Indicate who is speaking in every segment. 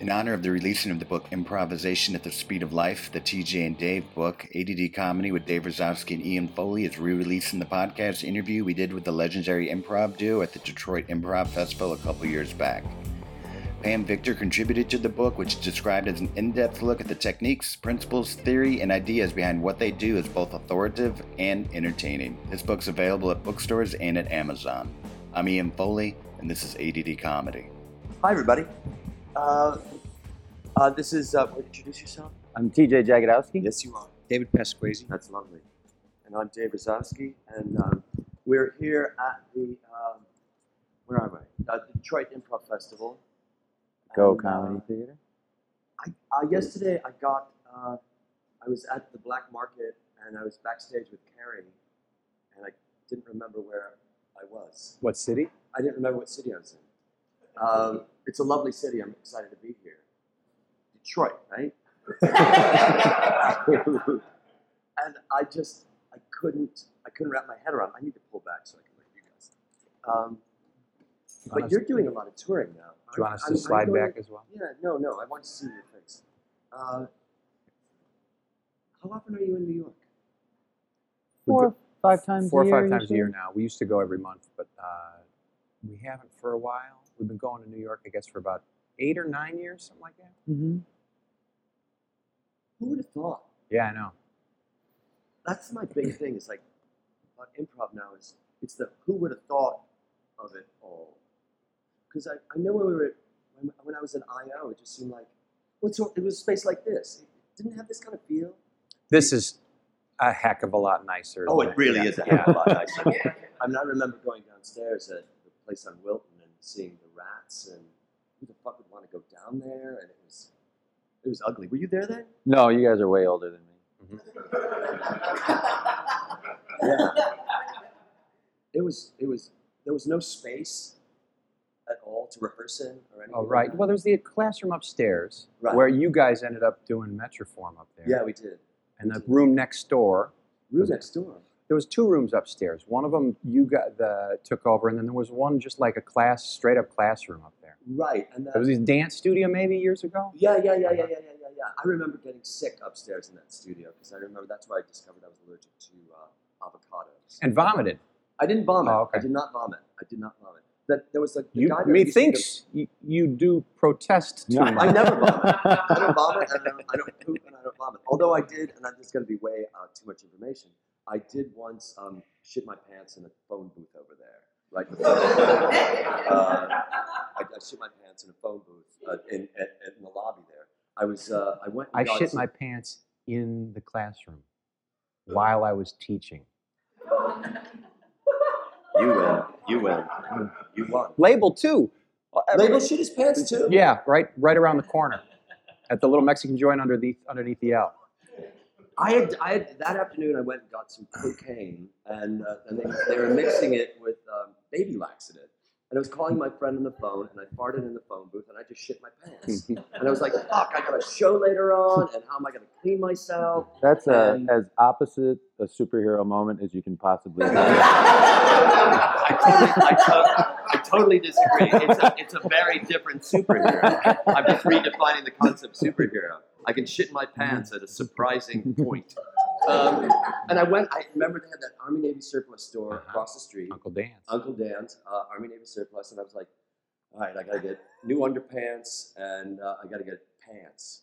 Speaker 1: In honor of the releasing of the book Improvisation at the Speed of Life, the TJ and Dave book, ADD Comedy with Dave Rosowski and Ian Foley is re releasing the podcast interview we did with the legendary improv duo at the Detroit Improv Festival a couple years back. Pam Victor contributed to the book, which is described as an in depth look at the techniques, principles, theory, and ideas behind what they do as both authoritative and entertaining. This book's available at bookstores and at Amazon. I'm Ian Foley, and this is ADD Comedy.
Speaker 2: Hi, everybody. Uh, uh, this is, uh, introduce yourself.
Speaker 3: I'm TJ Jagodowski.
Speaker 2: Yes, you are.
Speaker 4: David Pasquazi.
Speaker 2: That's lovely. And I'm Dave Rosowski, and um, we're here at the, um, where am I? Uh, Detroit Improv Festival.
Speaker 3: Go
Speaker 2: And, uh,
Speaker 3: Comedy Theater.
Speaker 2: I, uh, yesterday I got, uh, I was at the black market and I was backstage with Carrie and I didn't remember where I was.
Speaker 4: What city?
Speaker 2: I didn't remember what city I was in. Um, it's a lovely city. I'm excited to be here. Detroit, right? and I just, I couldn't, I couldn't wrap my head around. I need to pull back so I can let you guys. Um, but you're doing a lot of touring now.
Speaker 4: Do you want us
Speaker 2: I'm-
Speaker 4: to
Speaker 2: I'm
Speaker 4: slide
Speaker 2: going-
Speaker 4: back as well?
Speaker 2: yeah, no, no. I want to see your face. Uh, how often are you in New York?
Speaker 4: We
Speaker 3: Four
Speaker 4: go-
Speaker 3: or five times
Speaker 4: Four
Speaker 3: a
Speaker 4: or
Speaker 3: year.
Speaker 4: five times a
Speaker 3: usually.
Speaker 4: year now. We used to go every month, but uh, we haven't for a while. We've been going to New York, I guess, for about eight or nine years, something like that.
Speaker 3: Mhm.
Speaker 2: Who would have thought?
Speaker 4: Yeah, I know.
Speaker 2: That's my big thing. Is like about improv now is it's the who would have thought of it all. Because I, I know when we were when, when I was in IO, it just seemed like what's wrong- it was a space like this. It didn't have this kind of feel.
Speaker 4: This is a heck of a lot nicer.
Speaker 2: Oh,
Speaker 4: than
Speaker 2: it really
Speaker 4: yeah,
Speaker 2: is a
Speaker 4: yeah.
Speaker 2: heck of a lot nicer. I mean, I remember going downstairs at the place on Wilton and seeing the rats, and who the fuck would want to go down there? And it was, it was ugly. Were you there then?
Speaker 3: No, you guys are way older than me.
Speaker 2: Yeah. It was. It was. There was no space at all to rehearse in or anything.
Speaker 4: Oh, right. Well, there's the classroom upstairs
Speaker 2: Right.
Speaker 4: where you guys ended up doing Metroform up there.
Speaker 2: Yeah, we did.
Speaker 4: And the room next door
Speaker 2: Room next door.
Speaker 4: there was two rooms upstairs. One of them you got the took over, and then there was one just like a class, straight up classroom up there.
Speaker 2: Right, and
Speaker 4: There was
Speaker 2: that.
Speaker 4: this dance studio maybe years ago.
Speaker 2: Yeah, yeah, yeah, yeah, yeah, yeah, yeah, yeah. I remember getting sick upstairs in that studio because I remember that's where I discovered I was allergic to uh, avocados.
Speaker 4: And vomited.
Speaker 2: I didn't vomit.
Speaker 4: Oh, okay.
Speaker 2: I did not vomit. I did not vomit. That there was a the
Speaker 4: You,
Speaker 2: guy that used to
Speaker 4: methinks you, you do protest too
Speaker 3: No,
Speaker 2: go- I
Speaker 4: much.
Speaker 2: never vomit. I don't vomit. And I, don't, I don't poop and I don't vomit. Although I did, and I'm just going to be way uh, too much information. I did once um, shit my pants in a phone booth over there. Right. uh, I, I shit my pants in a phone booth uh, in, at, at- in the lobby there. I was. Uh, I went.
Speaker 4: I
Speaker 2: and got
Speaker 4: shit
Speaker 2: some-
Speaker 4: my pants in the classroom while I was teaching.
Speaker 2: You win. You win. You won.
Speaker 4: Label two.
Speaker 2: Label shit his pants too.
Speaker 4: Yeah, right, right around the corner, at the little Mexican joint underneath underneath the L.
Speaker 2: I had, I had that afternoon. I went and got some cocaine, and, uh, and they, they were mixing it with um, baby laxative. And I was calling my friend on the phone, and I farted in the phone booth, and I just shit my pants. and I was like, "Fuck! I got a show later on, and how am I going to clean myself?"
Speaker 3: That's a,
Speaker 2: And-
Speaker 3: as opposite a superhero moment as you can possibly get.
Speaker 2: I totally, I, to- I totally disagree. It's a, it's a very different superhero. I'm just redefining the concept superhero. I can shit my pants at a surprising point. Um, and I went. I remember they had that Army Navy surplus store
Speaker 4: Uh-huh.
Speaker 2: across the street.
Speaker 4: Uncle Dan.
Speaker 2: Uncle Dan's uh, Army Navy surplus, and I was like, all right, I gotta get new underpants and uh, I gotta get pants.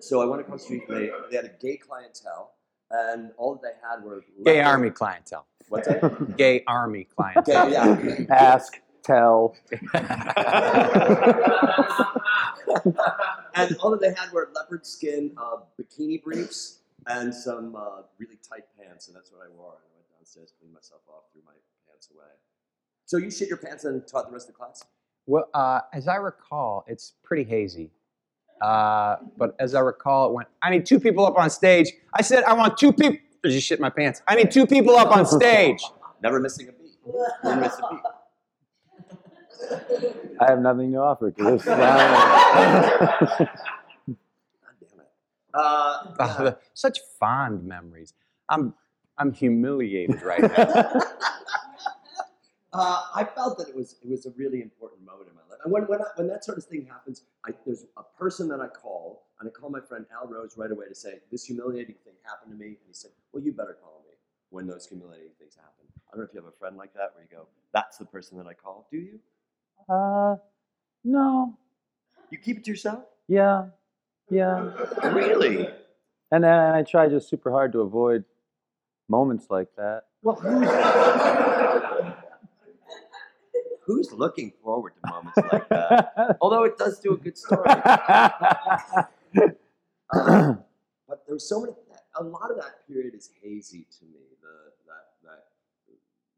Speaker 2: So I went across the street. And they they had a gay clientele, and all that they had were
Speaker 4: Gay army clientele.
Speaker 2: What's that?
Speaker 4: Gay army
Speaker 2: Gay,
Speaker 4: clientele.
Speaker 2: yeah.
Speaker 3: Ask, tell.
Speaker 2: and all that they had were leopard skin uh, bikini briefs and some uh, really tight pants, and that's what I wore. And I went downstairs, cleaned myself off, threw my pants away. So you shit your pants and taught the rest of the class?
Speaker 4: Well, uh, as I recall, it's pretty hazy. Uh, but as I recall, it went, I need two people up on stage. I said, I want two people. Just shit my pants. I need two people up on stage.
Speaker 2: Never missing a beat. Never miss a beat.
Speaker 3: I have nothing to offer to this. line.
Speaker 2: God damn it. Uh,
Speaker 4: Uh, such fond memories. I'm, I'm humiliated right now.
Speaker 2: uh, I felt that it was it was a really important moment in my life. And when when, I, when that sort of thing happens, I, there's a person that I call, and I call my friend Al Rose right away to say, This humiliating thing happened to me. And he said, Well, you better call me when those humiliating things happen. I don't know if you have a friend like that where you go, That's the person that I call. Do you?
Speaker 3: Uh, no.
Speaker 2: You keep it to yourself?
Speaker 3: Yeah. Yeah.
Speaker 2: Really?
Speaker 3: And I, I try just super hard to avoid moments like that.
Speaker 2: Well, who's, who's looking forward to moments like that? Although it does do a good story. Uh, but there's so many. A lot of that period is hazy to me. The that that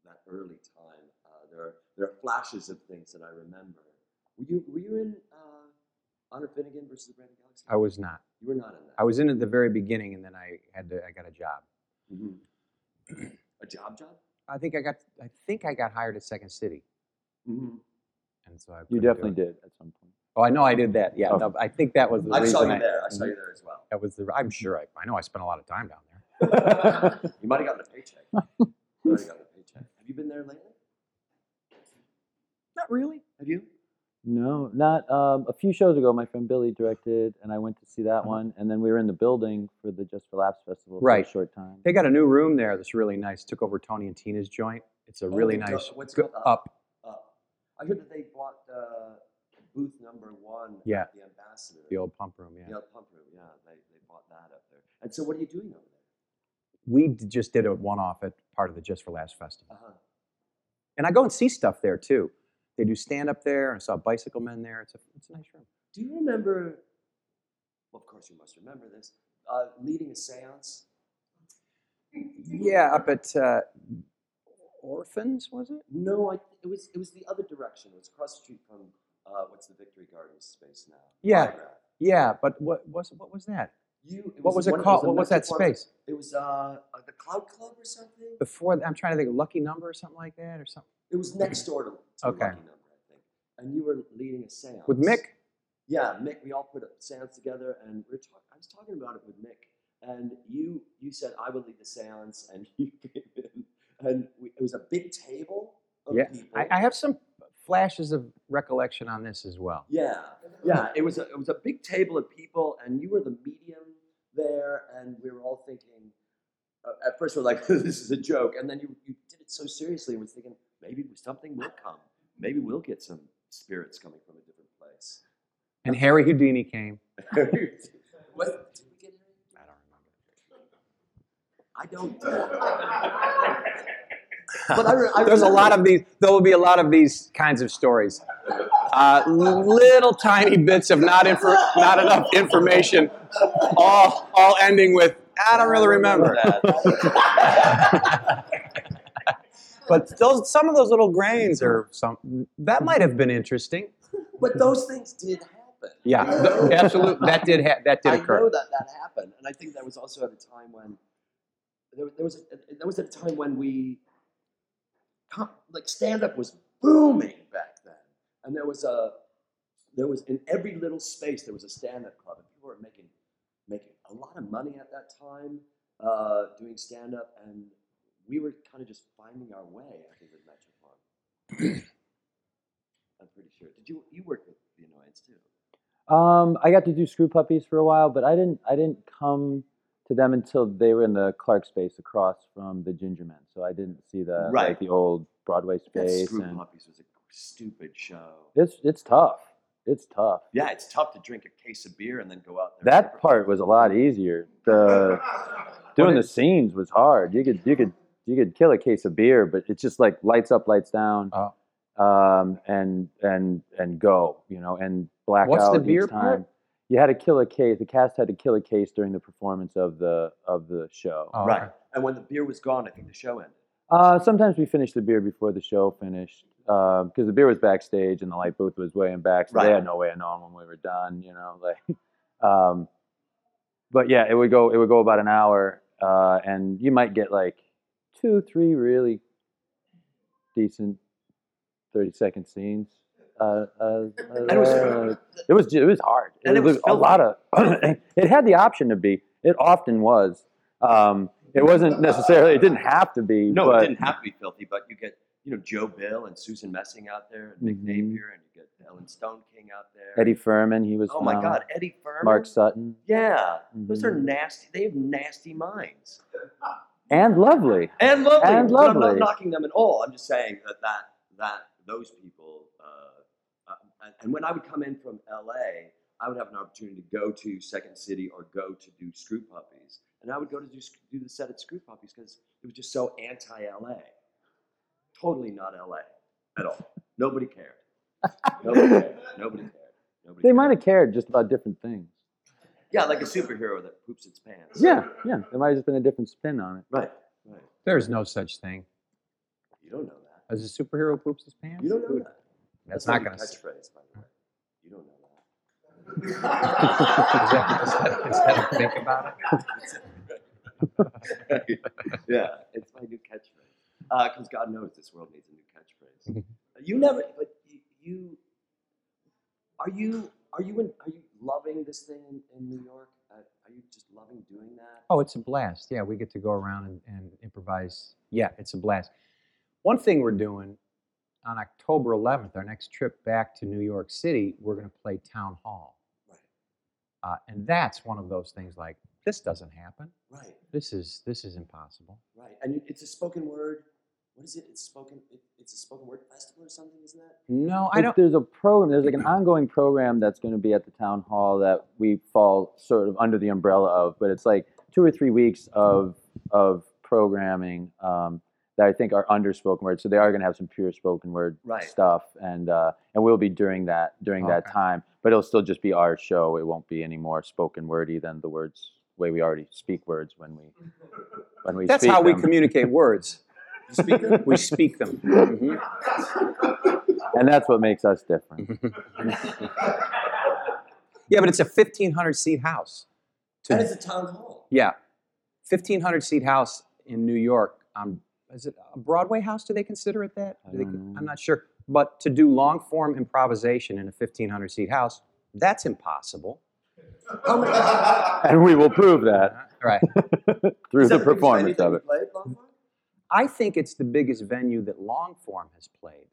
Speaker 2: that early time. Uh, there are there are flashes of things that I remember. Were you were you in uh, Honor Finnegan versus the Brandon Galaxy?
Speaker 4: I was not.
Speaker 2: You were not in that.
Speaker 4: I was in at the very beginning, and then I had to. I got a job.
Speaker 2: Mhm. a job job.
Speaker 4: I think I got. I think I got hired at Second City,
Speaker 2: Mm-hmm.
Speaker 4: and so I.
Speaker 3: you
Speaker 4: couldn't do
Speaker 3: definitely
Speaker 4: it.
Speaker 3: did at some point.
Speaker 4: Oh, I know I did that. Yeah,
Speaker 3: Oh.
Speaker 4: no, but I think that was the
Speaker 2: I
Speaker 4: reason.
Speaker 2: saw you there. I saw
Speaker 4: Mm-hmm.
Speaker 2: you there as well.
Speaker 4: That was the. I'm sure. I, I know. I spent a lot of time down there.
Speaker 2: You might have gotten a paycheck. You might have gotten a paycheck. Have you been there lately?
Speaker 4: Not really.
Speaker 2: Have you?
Speaker 3: No, not um, a few shows ago. My friend Billy directed, and I went to see that
Speaker 2: Uh-huh.
Speaker 3: one. And then we were in the building for the Just for Laughs festival
Speaker 4: Right.
Speaker 3: for a short time.
Speaker 4: They got a new room there that's really nice. Took over Tony and Tina's joint. It's a really
Speaker 2: Oh, the-
Speaker 4: nice.
Speaker 2: what's
Speaker 4: go-
Speaker 2: called up?
Speaker 4: up.
Speaker 2: Uh, I heard that they bought uh, booth number one.
Speaker 4: Yeah.
Speaker 2: At the ambassador.
Speaker 4: The old pump room. Yeah.
Speaker 2: The old pump room. Yeah, they, they bought that up there. And so, what are you doing over there?
Speaker 4: We d- just did a one-off at part of the Just for Last Festival,
Speaker 2: Uh-huh.
Speaker 4: and I go and see stuff there too. They do stand up there. I saw Bicycle Men there. It's a it's a nice room.
Speaker 2: Do you remember? Well, of course, you must remember this. Uh, leading a séance.
Speaker 4: Yeah, up at uh, Orphans was it?
Speaker 2: No, I, it was it was the other direction. It was across the street from uh, what's the Victory Gardens space now.
Speaker 4: Yeah.
Speaker 2: Autograph.
Speaker 4: Yeah, but what was what was that?
Speaker 2: You. It
Speaker 4: What was
Speaker 2: one-
Speaker 4: it called?
Speaker 2: a
Speaker 4: What was that
Speaker 2: Metroplex-
Speaker 4: space?
Speaker 2: It was uh, uh, the Cloud Club or something.
Speaker 4: Before I'm trying to think, Lucky Number or something like that, or something
Speaker 2: It was next door to, to
Speaker 4: Okay.
Speaker 2: Lucky Number, I think. And you were leading a séance
Speaker 4: with Mick.
Speaker 2: Yeah, Mick. We all put a séance together, and we were talking. I was talking about it with Mick, and you you said I would lead the séance, and you came in, and we, it was a big table of
Speaker 4: Yeah,
Speaker 2: people.
Speaker 4: I, I have some flashes of recollection on this as well.
Speaker 2: yeah, yeah. It was a, it was a big table of people, and you were the medium there, and we were all thinking. Uh, at first, we're like, "This is a joke," and then you you did it so seriously. and was thinking maybe something will come. Maybe we'll get some spirits coming from a different place.
Speaker 4: And Harry Houdini came.
Speaker 2: what? Did we get
Speaker 4: I don't remember.
Speaker 2: I don't. but I, re- I
Speaker 4: There's a
Speaker 2: remember-
Speaker 4: lot of these. There will be a lot of these kinds of stories. Uh, little tiny bits of not infor- not enough information, all all ending with I don't really remember. But those some of those little grains are some that might have been interesting.
Speaker 2: But those things did happen.
Speaker 4: Yeah, th- absolutely. That did ha- that did
Speaker 2: I know
Speaker 4: occur.
Speaker 2: that that happened, and I think that was also at a time when there, there was that was at a time when we com- like stand up was booming back then, and there was a there was in every little space there was a stand up club, and people were making making a lot of money at that time uh, doing stand up, and we were kind of just finding our way. I think with Metropod. I'm pretty sure. Did you you worked with the Annoyance too?
Speaker 3: Um, I got to do Screw Puppies for a while, but I didn't. I didn't come to them until they were in the Clark space across from the Ginger Men. So I didn't see the like,
Speaker 2: Right.
Speaker 3: the old Broadway
Speaker 2: That
Speaker 3: space.
Speaker 2: Screw
Speaker 3: and
Speaker 2: Puppies was a stupid show.
Speaker 3: it's it's tough. It's tough.
Speaker 2: Yeah, it's tough to drink a case of beer and then go out there.
Speaker 3: That part was a lot easier. The doing the scenes was hard. You could you could you could kill a case of beer, but it's just like lights up, lights down,
Speaker 4: Oh.
Speaker 3: um, and and and go. You know, and black
Speaker 4: What's
Speaker 3: out
Speaker 4: the beer
Speaker 3: each time.
Speaker 4: part?
Speaker 3: You had to kill a case. The cast had to kill a case during the performance of the of the show.
Speaker 4: Oh,
Speaker 2: right.
Speaker 4: okay.
Speaker 2: And when the beer was gone, I think the show ended.
Speaker 3: Uh, sometimes we finished the beer before the show finished because the beer was backstage and the light booth was way in back, so
Speaker 2: Right.
Speaker 3: they had no way of knowing when we were done. You know, like, um, but yeah, it would go it would go about an hour, uh, and you might get like two, three really decent thirty second scenes. Uh, uh,
Speaker 2: it was-
Speaker 3: uh, it was ju- it was hard.
Speaker 2: And it was
Speaker 3: a lot of. it had the option to be. It often was. Um, it wasn't necessarily. It didn't have to be.
Speaker 2: No,
Speaker 3: but,
Speaker 2: it didn't have to be filthy, but you get you you know Joe Bill and Susan Messing out there, and Nick
Speaker 3: Mhm.
Speaker 2: Napier, and you got Ellen Stone King out there.
Speaker 3: Eddie Furman, he was.
Speaker 2: oh my
Speaker 3: phenomenal.
Speaker 2: God, Eddie Furman.
Speaker 3: Mark Sutton
Speaker 2: Yeah, those are
Speaker 3: Mhm.
Speaker 2: nasty. They have nasty minds.
Speaker 3: and Lovely.
Speaker 2: and lovely.
Speaker 3: And
Speaker 2: But I'm not
Speaker 3: lovely.
Speaker 2: knocking them at all. I'm just saying that that that those people. Uh, uh, and, and when I would come in from LA, I would have an opportunity to go to Second City or go to do Screw Puppies, and I would go to do, sc- do the set at Screw Puppies because it was just so anti-LA. Totally not LA at all. Nobody cared. Nobody cared. Nobody cared. Nobody
Speaker 3: They
Speaker 2: cared.
Speaker 3: might have cared just about different things.
Speaker 2: Yeah, like a superhero that poops its pants.
Speaker 3: Yeah, yeah. There might have just been a different spin on it.
Speaker 2: Right. Right.
Speaker 4: There's no such thing.
Speaker 2: You don't know that.
Speaker 4: As a superhero poops his pants?
Speaker 2: You don't know that.
Speaker 4: That's,
Speaker 2: my
Speaker 4: not going to.
Speaker 2: catchphrase, by the way. You don't know that.
Speaker 4: Is that, is that, is that a think about it?
Speaker 2: yeah, it's my new catchphrase. Because God knows this world needs a
Speaker 4: Mm-hmm.
Speaker 2: new catchphrase. Uh, you never, but you, you are you are you in, are you loving this thing in, in New York? Uh, are you just loving doing that?
Speaker 4: Oh, it's a blast. Yeah, we get to go around and, and improvise. Yeah, it's a blast. One thing we're doing on October 11th, our next trip back to New York City, we're going to play Town Hall.
Speaker 2: Right.
Speaker 4: Uh, and that's one of those things like, this doesn't happen.
Speaker 2: Right,
Speaker 4: This is this is impossible.
Speaker 2: right. And you- it's a spoken word. What is it? It's spoken. It, it's a spoken word festival or something, isn't that?
Speaker 4: No, I
Speaker 3: Like,
Speaker 4: don't.
Speaker 3: There's a program. There's like an ongoing program that's going to be at the town hall that we fall sort of under the umbrella of, but it's like two or three weeks of of programming um, that I think are under spoken word. So they are going to have some pure spoken word
Speaker 2: Right.
Speaker 3: stuff, and uh, and we'll be during that during
Speaker 4: Okay.
Speaker 3: that time. But it'll still just be our show. It won't be any more spoken wordy than the words way we already speak words when we when we.
Speaker 4: That's
Speaker 3: speak
Speaker 4: how we
Speaker 3: them.
Speaker 4: communicate words. we speak them.
Speaker 3: and that's what makes us different.
Speaker 4: Yeah, but it's a 1,500 seat house. To-
Speaker 2: That is a town hall.
Speaker 4: yeah, 1,500 seat house in New York. Um, is it a Broadway house? Do they consider it that?
Speaker 3: I
Speaker 4: Do they,
Speaker 3: don't
Speaker 4: con-
Speaker 3: know.
Speaker 4: I'm not sure. But to do long form improvisation in a 1,500 seat house, that's impossible.
Speaker 3: And we will prove that
Speaker 4: Right.
Speaker 3: through
Speaker 2: Is that
Speaker 3: the
Speaker 2: the biggest venue
Speaker 3: performance
Speaker 2: that
Speaker 3: of
Speaker 2: you
Speaker 3: it.
Speaker 2: played, Longhorn?
Speaker 4: I think it's the biggest venue that long form has played.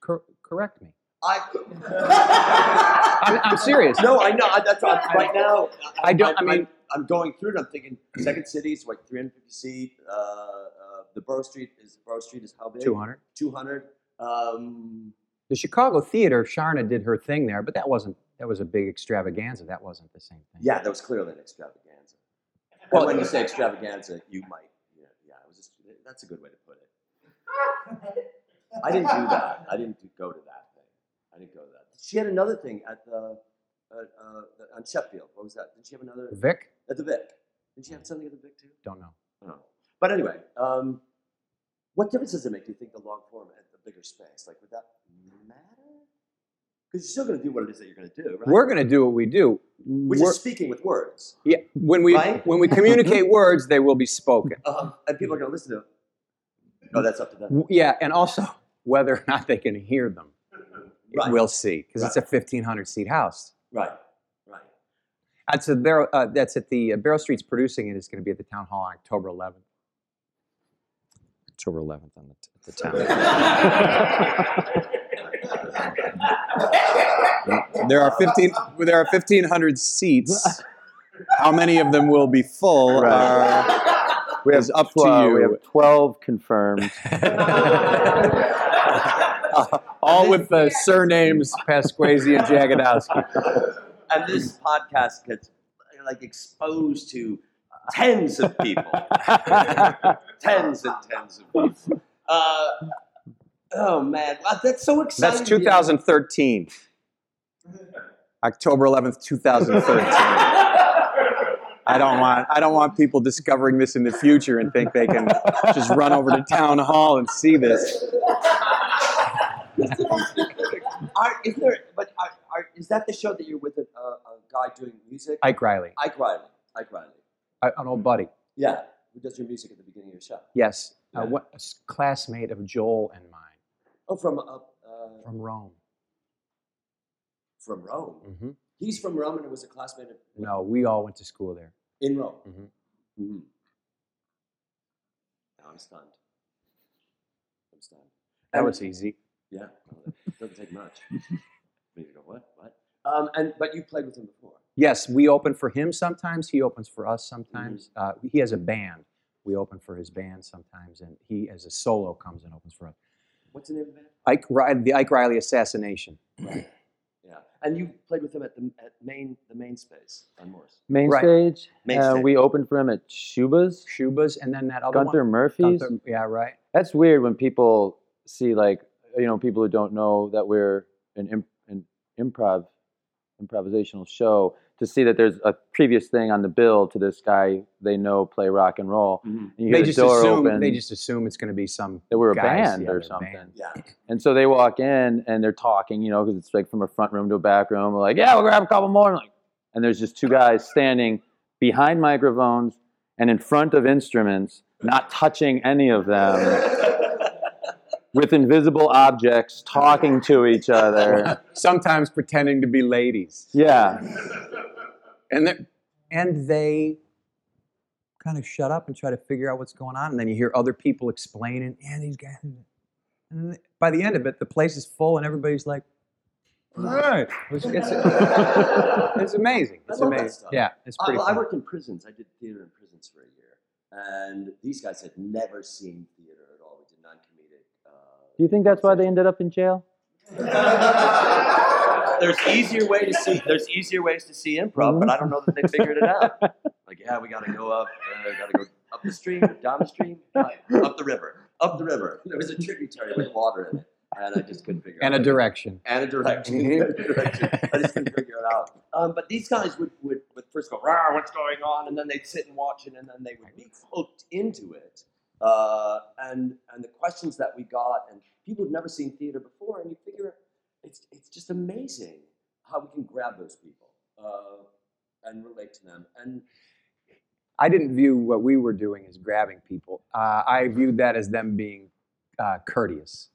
Speaker 4: Cor- correct me.
Speaker 2: I.
Speaker 4: I'm, I'm serious.
Speaker 2: No, I know. I- That's I, right now.
Speaker 4: I don't- I mean-
Speaker 2: I'm going through it. I'm thinking Second City is like 350 seat. Uh, uh, the Borough Street is Borough Street is how big?
Speaker 4: 200.
Speaker 2: 200. Um,
Speaker 4: The Chicago Theater, Sharna did her thing there, but that wasn't that was a big extravaganza. That wasn't the same thing.
Speaker 2: yeah, that was clearly an extravaganza. Well,
Speaker 4: Well-
Speaker 2: when you say extravaganza, you might. Yeah, yeah. It was just, that's a good way to put it. I didn't do that. I didn't do, go to that thing. I didn't go to that. She had another thing at the uh, uh, on Sheffield. What was that? Did she have another
Speaker 4: Vic,
Speaker 2: at the Vic? Did she have something at the Vic too?
Speaker 4: don't know.
Speaker 2: Oh. But anyway, um, what difference does it make? Do you think the long form and the bigger space, like, would that matter? Because you're still going to do what it is that you're going to do, right?
Speaker 4: We're going to do what we do.
Speaker 2: Which
Speaker 4: We're-
Speaker 2: is speaking with words,
Speaker 4: yeah, when we
Speaker 2: Right?
Speaker 4: when we communicate words, they will be spoken.
Speaker 2: um, and people are going to listen to. it. No, that's up to them.
Speaker 4: W- Yeah, and also whether or not they can hear them,
Speaker 2: Right.
Speaker 4: we'll see, because it's a 1,500 seat house.
Speaker 2: Right, right.
Speaker 4: That's a Barrow, uh, that's at the uh, Barrow Street's producing it. It's going to be at the town hall on October 11th. October 11th on the, t- the town. there are 15. There are 1,500 seats. How many of them will be full?
Speaker 3: Right.
Speaker 4: Are,
Speaker 3: We have
Speaker 4: is up to
Speaker 3: twelve. We
Speaker 4: you.
Speaker 3: have twelve confirmed.
Speaker 4: all with the surnames Pasquazi and Jagodowski.
Speaker 2: And this podcast gets like exposed to tens of people, tens and tens of people. Uh, oh man, wow, that's so exciting.
Speaker 4: That's 2013. October 11th, 2013. I don't want I don't want people discovering this in the future and think they can just run over to town hall and see this.
Speaker 2: Are, is there? But are, are, is that the show that you're with a, a, a guy doing music?
Speaker 4: Ike Riley,
Speaker 2: Ike Riley. Ike Riley.
Speaker 4: I- an old buddy.
Speaker 2: Yeah, who does your music at the beginning of your show?
Speaker 4: Yes, uh,
Speaker 2: Yeah.
Speaker 4: what, a s- classmate of Joel and mine
Speaker 2: Oh, from up uh,
Speaker 4: from Rome.
Speaker 2: from Rome.
Speaker 4: Mm-hmm.
Speaker 2: He's from Rome, and was a classmate of,
Speaker 4: No, we all went to school there.
Speaker 2: in Rome.
Speaker 4: Mhm.
Speaker 2: Mhm. Now I'm stunned. I'm stunned.
Speaker 4: That was easy.
Speaker 2: Yeah, well, it doesn't take much. I mean, you go, what, what? Um, and but you played with him before.
Speaker 4: Yes, we open for him sometimes. He opens for us sometimes. Uh, he has a band. We open for his band sometimes, and he, as a solo, comes and opens for us.
Speaker 2: What's the name of that?
Speaker 4: Ike Riley, the Ike Riley assassination.
Speaker 2: Yeah, and you played with him at the at main the main space on Morse.
Speaker 3: Main
Speaker 4: Right.
Speaker 3: stage.
Speaker 2: Main
Speaker 3: uh,
Speaker 2: stage.
Speaker 3: We opened for him at Shuba's.
Speaker 4: Shubas, and then that other
Speaker 3: Gunther
Speaker 4: one.
Speaker 3: Murphy's.
Speaker 4: Gunther- yeah, right.
Speaker 3: That's weird when people see like you know people who don't know that we're an, imp- an improv improvisational show to see that there's a previous thing on the bill to this guy they know play rock and roll. And you
Speaker 4: They
Speaker 3: hear
Speaker 4: just
Speaker 3: the door
Speaker 4: assume
Speaker 3: open
Speaker 4: they just assume it's going to be some
Speaker 3: that we're a
Speaker 4: guys,
Speaker 3: band
Speaker 4: yeah,
Speaker 3: or
Speaker 4: they're a
Speaker 3: something.
Speaker 4: band.
Speaker 2: Yeah,
Speaker 3: And so they walk in and they're talking, you know, because it's like from a front room to a back room. We're like, yeah, we'll grab a couple more. And, like, and there's just two guys standing behind microphones and in front of instruments, not touching any of them, with invisible objects talking to each other.
Speaker 4: Sometimes pretending to be ladies,
Speaker 3: Yeah.
Speaker 4: and they and they kind of shut up and try to figure out what's going on, and then you hear other people explaining, yeah, these guys. And then by the end of it, the place is full, and everybody's like, "All right, it's, it's, it's amazing. It's
Speaker 2: I love that
Speaker 4: amazing.
Speaker 2: stuff.
Speaker 4: Yeah, it's
Speaker 2: I,
Speaker 4: pretty.
Speaker 2: well, I
Speaker 4: fun.
Speaker 2: worked in prisons. I did theater in prisons for a year, and these guys had never seen theater at all. We did non-comedic.
Speaker 3: Do you think that's why they ended up in jail?
Speaker 2: Uh, there's easier way to see. There's easier ways to see improv, but I don't know that they figured it out. Like, yeah, we got to go up. Uh, got to go up the stream, down the stream, uh, up the river, up the river. There was a tributary with water in it, and I just couldn't figure.
Speaker 4: and a
Speaker 2: out
Speaker 4: direction.
Speaker 2: and a direction. direction. I just couldn't figure it out. Um, but these guys would, would, would first go, Rah, what's going on? And then they'd sit and watch it, and then they would be hooked into it. Uh, and, and the questions that we got, and people who'd never seen theater before, and you figure it's, it's just amazing how we can grab those people uh, and relate to them. And
Speaker 4: I didn't view what we were doing as grabbing people. Uh, I viewed that as them being uh, courteous.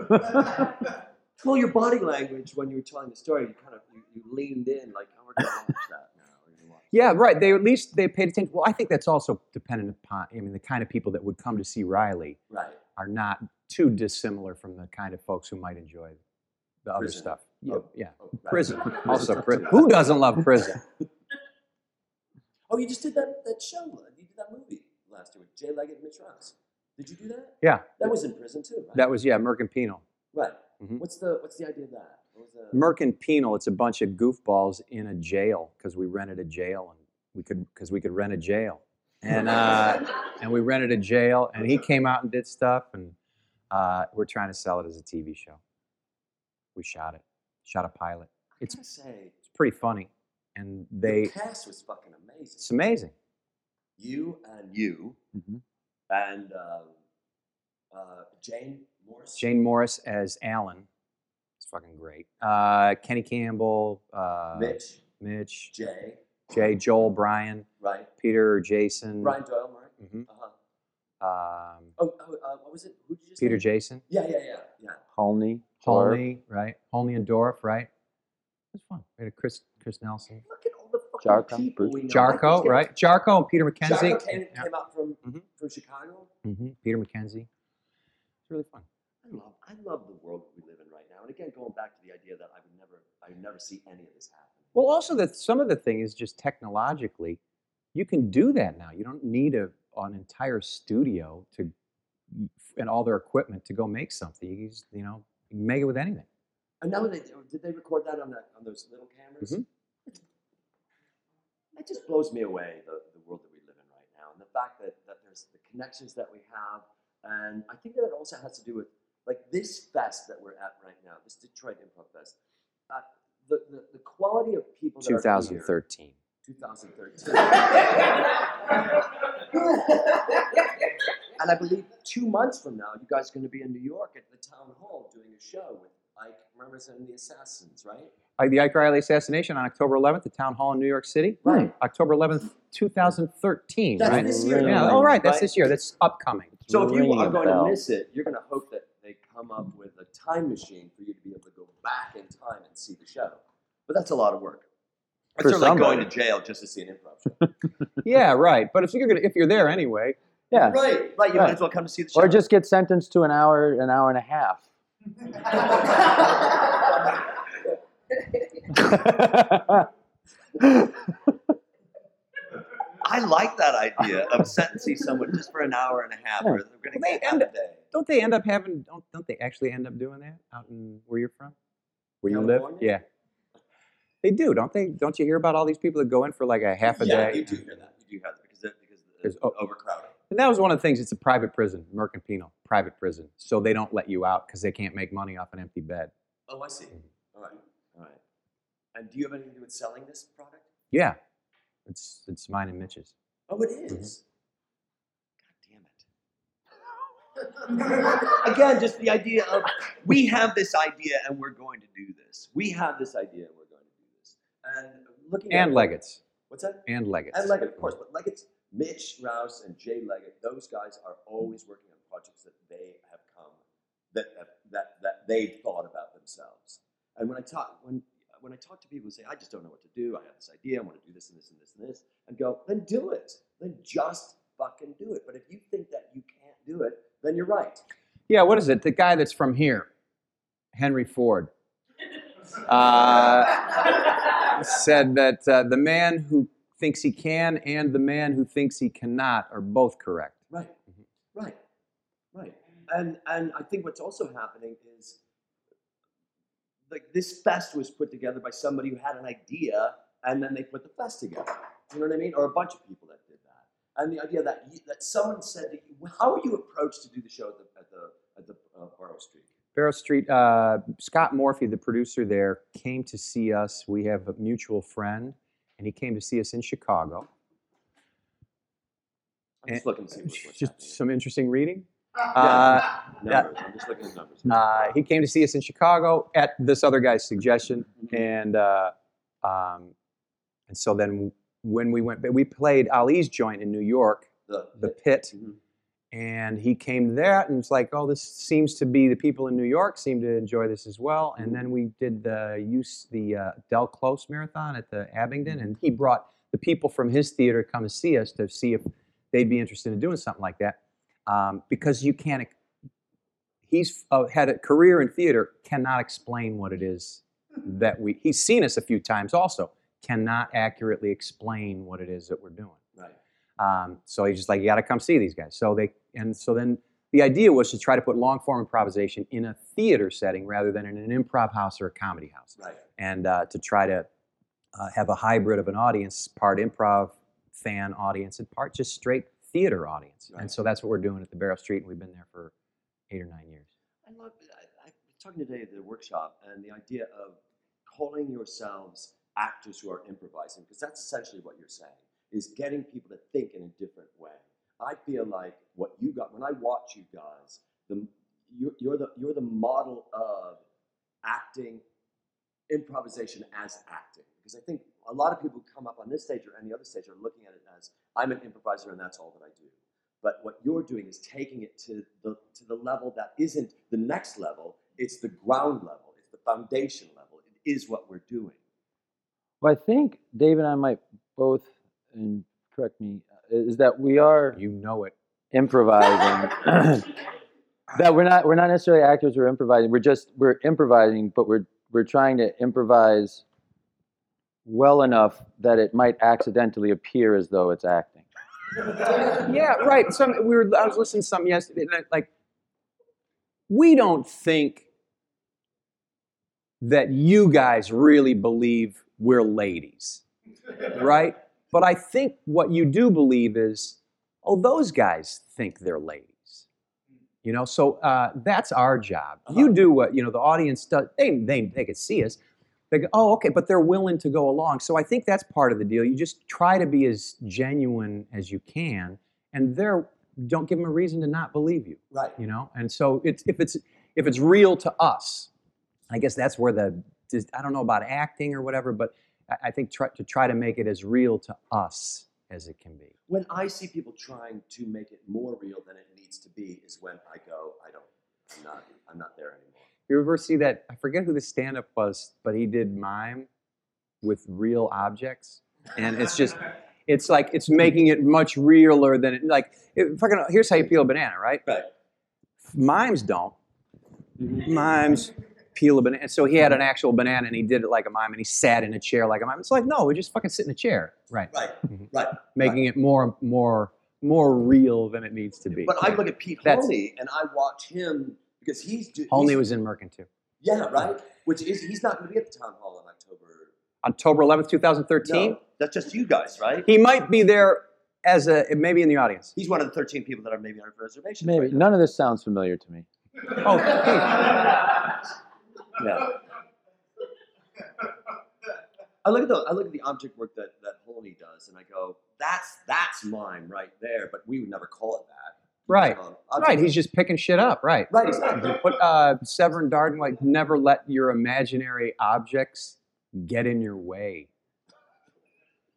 Speaker 2: well, your body language when you were telling the story, you kind of you, you leaned in like, oh, we're going to watch that now. We're gonna watch
Speaker 4: Yeah, right. They at least they paid attention. Well, I think that's also dependent upon. I mean, the kind of people that would come to see Riley
Speaker 2: that." Right.
Speaker 4: are not too dissimilar from the kind of folks who might enjoy the other
Speaker 2: Prison.
Speaker 4: stuff. Yeah,
Speaker 2: Oh.
Speaker 4: yeah.
Speaker 2: Oh, right.
Speaker 4: prison. Also, prison. Who doesn't love prison?
Speaker 2: Oh, you just did that, that show. uh, You did that movie last year with Jay Leggett and Mitch Ross. Did you do that?
Speaker 4: Yeah,
Speaker 2: That was in prison too, right?
Speaker 4: that was yeah. Merc and Penal.
Speaker 2: right.
Speaker 4: Mhm.
Speaker 2: What's the What's the idea of that? What was the,
Speaker 4: Merc and Penal. It's a bunch of goofballs in a jail because we rented a jail and we could because we could rent a jail and. Uh, and we rented a jail and he came out and did stuff and uh, we're trying to sell it as a tv show we shot it shot a pilot
Speaker 2: it's
Speaker 4: it's,
Speaker 2: to say
Speaker 4: it's pretty funny and
Speaker 2: the
Speaker 4: they
Speaker 2: cast was fucking amazing.
Speaker 4: it's amazing
Speaker 2: you and you
Speaker 3: Mhm.
Speaker 2: and um, uh, Jane Morris.
Speaker 4: jane morris as alan it's fucking great uh, kenny campbell uh,
Speaker 2: Mitch,
Speaker 4: mitch
Speaker 2: Jay,
Speaker 4: jay joel brian
Speaker 2: right?
Speaker 4: peter jason
Speaker 2: Brian Doyle, right?
Speaker 4: Mhm.
Speaker 2: Uh-huh.
Speaker 4: um,
Speaker 2: Oh, oh uh, what was it? Who did you just
Speaker 4: peter
Speaker 2: name?
Speaker 4: jason
Speaker 2: Yeah, yeah, yeah, yeah.
Speaker 3: Holney. Torv,
Speaker 4: holney right holney and dorf right it was fun we had a chris chris nelson
Speaker 2: Look at all the fucking
Speaker 3: Jarko,
Speaker 2: people
Speaker 3: Bruce.
Speaker 2: we know. I
Speaker 4: Jarko,
Speaker 2: think-
Speaker 4: right? Jarko and Peter McKenzie.
Speaker 2: Jarko came,
Speaker 4: Yeah.
Speaker 2: came out from
Speaker 4: Mhm.
Speaker 2: from Chicago.
Speaker 4: Mhm. Peter McKenzie. It's really fun.
Speaker 2: I love I love the world we live in right now. And again, going back to the idea that I would never I would never see any of this happen.
Speaker 4: Well, also that some of the thing is just technologically, you can do that now. You don't need a an entire studio to and all their equipment to go make something. You just you know you can make it with anything.
Speaker 2: And now they oh, did they record that on that on those little cameras?
Speaker 4: Mhm.
Speaker 2: It just blows me away the, the world that we live in right now, and the fact that, that there's the connections that we have, and I think that it also has to do with like this fest that we're at right now, this Detroit Improv Fest. Uh, the, the, the quality of people that are here,
Speaker 4: 2013.
Speaker 2: 2013. and I believe two months from now, you guys are going to be in New York at the town hall doing a show with Ike Murmurs and the Assassins, right?
Speaker 4: Uh, the Ike Riley assassination on October 11th, the town hall in New York City.
Speaker 3: Hmm.
Speaker 2: Right.
Speaker 4: October 11th, 2013.
Speaker 2: That's
Speaker 4: right.
Speaker 2: this year.
Speaker 4: Yeah.
Speaker 3: Really?
Speaker 4: All right. That's
Speaker 2: Right?
Speaker 4: this year. That's upcoming.
Speaker 2: So if you
Speaker 3: Ringing
Speaker 2: are
Speaker 3: a
Speaker 2: going to
Speaker 3: bell.
Speaker 2: miss it, you're going to hope that they come up with a time machine for you to be able to go back in time and see the show. But that's a lot of work. It's
Speaker 3: For
Speaker 2: sort of like
Speaker 3: somebody.
Speaker 2: going to jail just to see an improv show.
Speaker 4: yeah. Right. But if you're gonna, if you're there anyway,
Speaker 3: Yeah.
Speaker 2: Right, right. You
Speaker 3: Right.
Speaker 2: might as well come to see the show.
Speaker 3: Or just get sentenced to an hour, an hour and a half.
Speaker 2: I like that idea of sentencing someone just for an hour and a half, or they're going to
Speaker 4: Well, they
Speaker 2: get half a
Speaker 4: end
Speaker 2: day.
Speaker 4: up- Don't they end up having? Don't don't they actually end up doing that out in where you're from? Where
Speaker 2: California?
Speaker 4: Yeah. They do, don't they? Don't you hear about all these people that go in for like a half a
Speaker 2: yeah,
Speaker 4: day? oh.
Speaker 2: you do hear that. You do hear that because it, because
Speaker 4: There's
Speaker 2: it's
Speaker 4: o-
Speaker 2: overcrowded.
Speaker 4: And that was one of the things. It's a private prison, mercantile, private prison. So they don't let you out because they can't make money off an empty bed.
Speaker 2: Oh, I
Speaker 4: Mm-hmm.
Speaker 2: see. All right, all right. And do you have anything to do with selling this product?
Speaker 4: Yeah, it's it's mine and Mitch's.
Speaker 2: Oh, it
Speaker 4: Mm-hmm.
Speaker 2: is. God damn it. Again, just the idea of we have this idea and we're going to do this. We have this idea and we're going to do this. And looking
Speaker 4: And
Speaker 2: at
Speaker 4: Leggett's.
Speaker 2: what's that?
Speaker 4: And Leggett's.
Speaker 2: And Leggett, of course, but Leggett's Mitch Rouse and Jay Leggett, those guys are always working on projects that they have come that that that they thought about themselves. And when I talk when when I talk to people who say, I just don't know what to do, I have this idea, I want to do this and this and this and this, and go, then do it. Then just fucking do it. But if you think that you can't do it, then you're right.
Speaker 4: Yeah, what is it? The guy that's from here, Henry Ford, uh, said that uh, the man who thinks he can and the man who thinks he cannot are both correct.
Speaker 2: Right.
Speaker 4: Mm-hmm.
Speaker 2: Right. Right. And and I think what's also happening is like this fest was put together by somebody who had an idea and then they put the fest together. You know what I mean? Or a bunch of people that did that. And the idea that you, that someone said that you, how you approached to do the show at the at the at the uh, Borough Street.
Speaker 4: Barrow Street, uh, Scott Morphy, the producer there, came to see us. We have a mutual friend, and he came to see us in Chicago.
Speaker 2: I'm just looking to see what's, what's
Speaker 4: Eh, Just some interesting reading.
Speaker 2: happening.
Speaker 4: Uh,
Speaker 2: Yeah, numbers. I'm just looking at numbers.
Speaker 4: Uh, he came to see us in Chicago at this other guy's suggestion, and uh, um, and so then when we went, we played Ali's joint in New York,
Speaker 2: The,
Speaker 4: the Pit,
Speaker 2: Mhm.
Speaker 4: and he came to that and it's like, oh, this seems to be the people in New York seem to enjoy this as well. And then we did the use the uh, Del Close Marathon at the Abingdon, and he brought the people from his theater to come and see us to see if they'd be interested in doing something like that, um, because you can't. He's uh, had a career in theater, cannot explain what it is that we. He's seen us a few times, also cannot accurately explain what it is that we're doing.
Speaker 2: right.
Speaker 4: Um, so he's just like, you got to come see these guys. So they and so then the idea was to try to put long form improvisation in a theater setting rather than in an improv house or a comedy house,
Speaker 2: Right.
Speaker 4: and uh, to try to uh, have a hybrid of an audience, part improv fan audience and part just straight theater audience.
Speaker 2: Right.
Speaker 4: And so that's what we're doing at the Barrow Street, and we've been there for eight or nine years.
Speaker 2: I love it. I, I was talking today at the workshop and the idea of calling yourselves actors who are improvising, because that's essentially what you're saying, is getting people to think in a different way. I feel like what you got, when I watch you guys, the, you're, you're, the, you're the model of acting, improvisation as acting. Because I think a lot of people who come up on this stage or any other stage are looking at it as, I'm an improviser and that's all that I do but what you're doing is taking it to the to the level that isn't the next level it's the ground level it's the foundation level it is what we're doing
Speaker 3: Well, I think Dave and I might both, and correct me, is that we are
Speaker 4: You know it.
Speaker 3: improvising. that we're not we're not necessarily actors we're improvising. We're just we're improvising, but we're we're trying to improvise well enough that it might accidentally appear as though it's acting.
Speaker 4: Yeah, right. Some we were. I was listening to something yesterday. and I- Like, we don't think that you guys really believe we're ladies, right? But I think what you do believe is, oh, those guys think they're ladies. You know, so uh, that's our job. You do what you know. The audience does. They they they could see us. They go, oh, okay, but they're willing to go along. So I think that's part of the deal. You just try to be as genuine as you can, and they're don't give them a reason to not believe you.
Speaker 2: right
Speaker 4: You know, and so it's if it's if it's real to us, I guess that's where the just, I don't know about acting or whatever, but I, I think try, to try to make it as real to us as it can be.
Speaker 2: when i see people trying to make it more real than it needs to be is when i go i don't i'm not i'm not there anymore
Speaker 4: You ever see that? I forget who the stand-up was, but he did mime with real objects, and it's just It's like it's making it much realer than it like it, fucking. Here's how you peel a banana, right?
Speaker 2: Right.
Speaker 4: Mimes don't. Mm-hmm. Mimes peel a banana. So he had an actual banana and he did it like a mime and he sat in a chair like a mime. It's like no, we just fucking sit in a chair, right?
Speaker 2: Right.
Speaker 4: Mm-hmm.
Speaker 2: Right.
Speaker 4: Making it more more more real than it needs to be.
Speaker 2: But I look at Pete
Speaker 4: That's-
Speaker 2: Holney and I watch him because he's do-
Speaker 4: Holney
Speaker 2: he's-
Speaker 4: was in Merkin too.
Speaker 2: yeah right, which is he's not going to be at the town hall in October.
Speaker 4: October 11th, 2013.
Speaker 2: No, that's just you guys, right?
Speaker 4: He might be there as a maybe in the audience.
Speaker 2: He's one of the thirteen people that are maybe on reservation.
Speaker 3: Maybe none of this sounds familiar to me.
Speaker 4: Oh,
Speaker 2: Yeah. I look at the I look at the object work that that Holney does, and I go, that's that's mime right there. But we would never call it that.
Speaker 4: right,
Speaker 2: Um,
Speaker 4: right.
Speaker 2: object-
Speaker 4: He's just picking shit up. Right.
Speaker 2: right. Exactly.
Speaker 4: But uh, Severin Darden like never let your imaginary objects get in your way.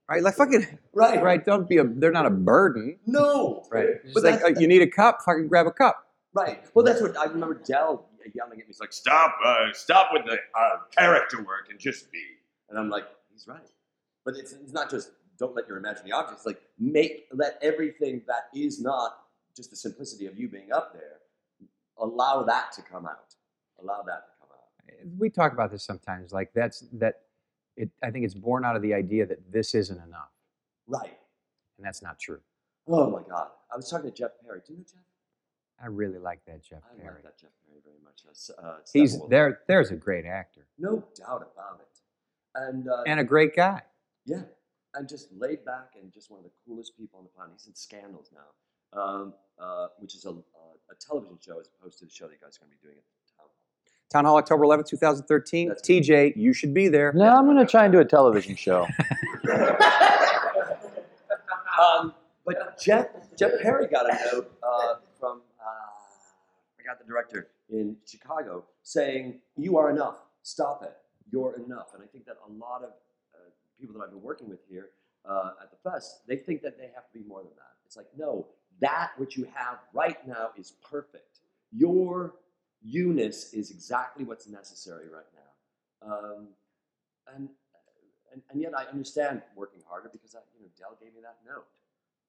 Speaker 4: Right, like fucking
Speaker 2: Right.
Speaker 4: right. Don't be a. They're not a burden.
Speaker 2: No.
Speaker 4: Right.
Speaker 2: But
Speaker 4: It's just like
Speaker 2: that's-
Speaker 4: uh, you need a cup. Fucking grab a cup.
Speaker 2: Right. Well, that's what I remember. Dell yelling at me. He's like, "Stop! Uh, stop with the uh, character work and just be." And I'm like, "He's right." But it's, it's not just don't let your imaginary objects like make let everything that is not just the simplicity of you being up there allow that to come out. Allow that to come out.
Speaker 4: we talk about this sometimes. Like that's that. It, I think it's born out of the idea that this isn't enough,
Speaker 2: Right.
Speaker 4: and that's not true.
Speaker 2: Oh my God. I was talking to Jeff Perry. Do you know Jeff?
Speaker 4: I really like that Jeff
Speaker 2: I
Speaker 4: Perry.
Speaker 2: like that Jeff Perry very much. That's, Uh,
Speaker 4: He's
Speaker 2: Steppenwolf.
Speaker 4: there. There's a great actor
Speaker 2: No doubt about it. And, uh,
Speaker 4: and a great guy.
Speaker 2: Yeah, and just laid back and just one of the coolest people on the planet. He's in Scandals now, um, uh, which is a, a television show as opposed to the show that you guys are going to be doing at the town hall.
Speaker 4: Town Hall, October 11th, 2013.
Speaker 2: That's-
Speaker 4: TJ, you should be there.
Speaker 3: No, I'm gonna try and do a television show.
Speaker 2: Um, but Jeff Jeff Perry got a note uh, from uh, I got the director in Chicago saying you are enough. Stop it. You're enough. And I think that a lot of uh, people that I've been working with here uh, at the fest they think that they have to be more than that. It's like no, that which you have right now is perfect. Your you-ness is exactly what's necessary right now. Um, and and, and yet I understand working harder because I, you know, Dell gave me that note.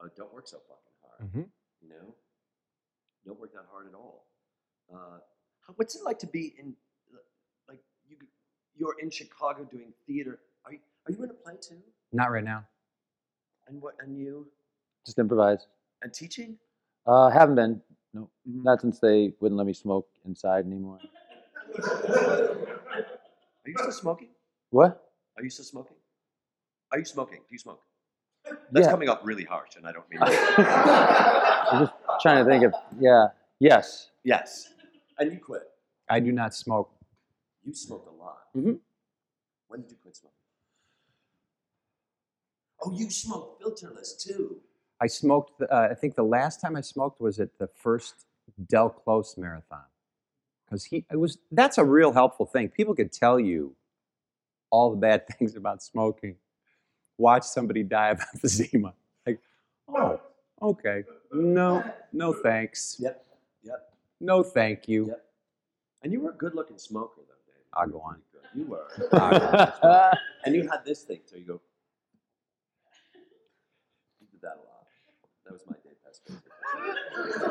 Speaker 2: Uh, don't work so fucking hard.
Speaker 4: Mhm.
Speaker 2: You know, don't work that hard at all. Uh, how- what's it like to be in, like you, you're in Chicago doing theater? Are you, are you in a play too?
Speaker 4: Not right now.
Speaker 2: And what? And you?
Speaker 3: Just improvise.
Speaker 2: And teaching?
Speaker 3: Uh, haven't been. No, not since they wouldn't let me smoke inside anymore.
Speaker 2: Are you still smoking?
Speaker 3: What?
Speaker 2: Are you still smoking? Are you smoking? Do you smoke? That's
Speaker 3: yeah.
Speaker 2: coming off really harsh, and I don't mean. it.
Speaker 3: I'm just trying to think of. Yeah. Yes.
Speaker 2: yes. And you quit.
Speaker 4: I do not smoke.
Speaker 2: You smoked a lot.
Speaker 4: Mhm.
Speaker 2: When did you quit smoking? Oh, you smoked filterless too.
Speaker 4: I smoked, the- uh, I think the last time I smoked was at the first Del Close marathon. Because he, it was, that's a real helpful thing. People could tell you all the bad things about smoking. Watch somebody die of emphysema. Like, oh, okay. No, no thanks.
Speaker 2: Yep, yep.
Speaker 4: No thank you.
Speaker 2: Yep. And you were a good-looking smoker, though, Dave.
Speaker 4: I'll go on.
Speaker 2: You were.
Speaker 3: Uh,
Speaker 2: and you had this thing, so you go. You did that a lot. That was my Dave Pesco.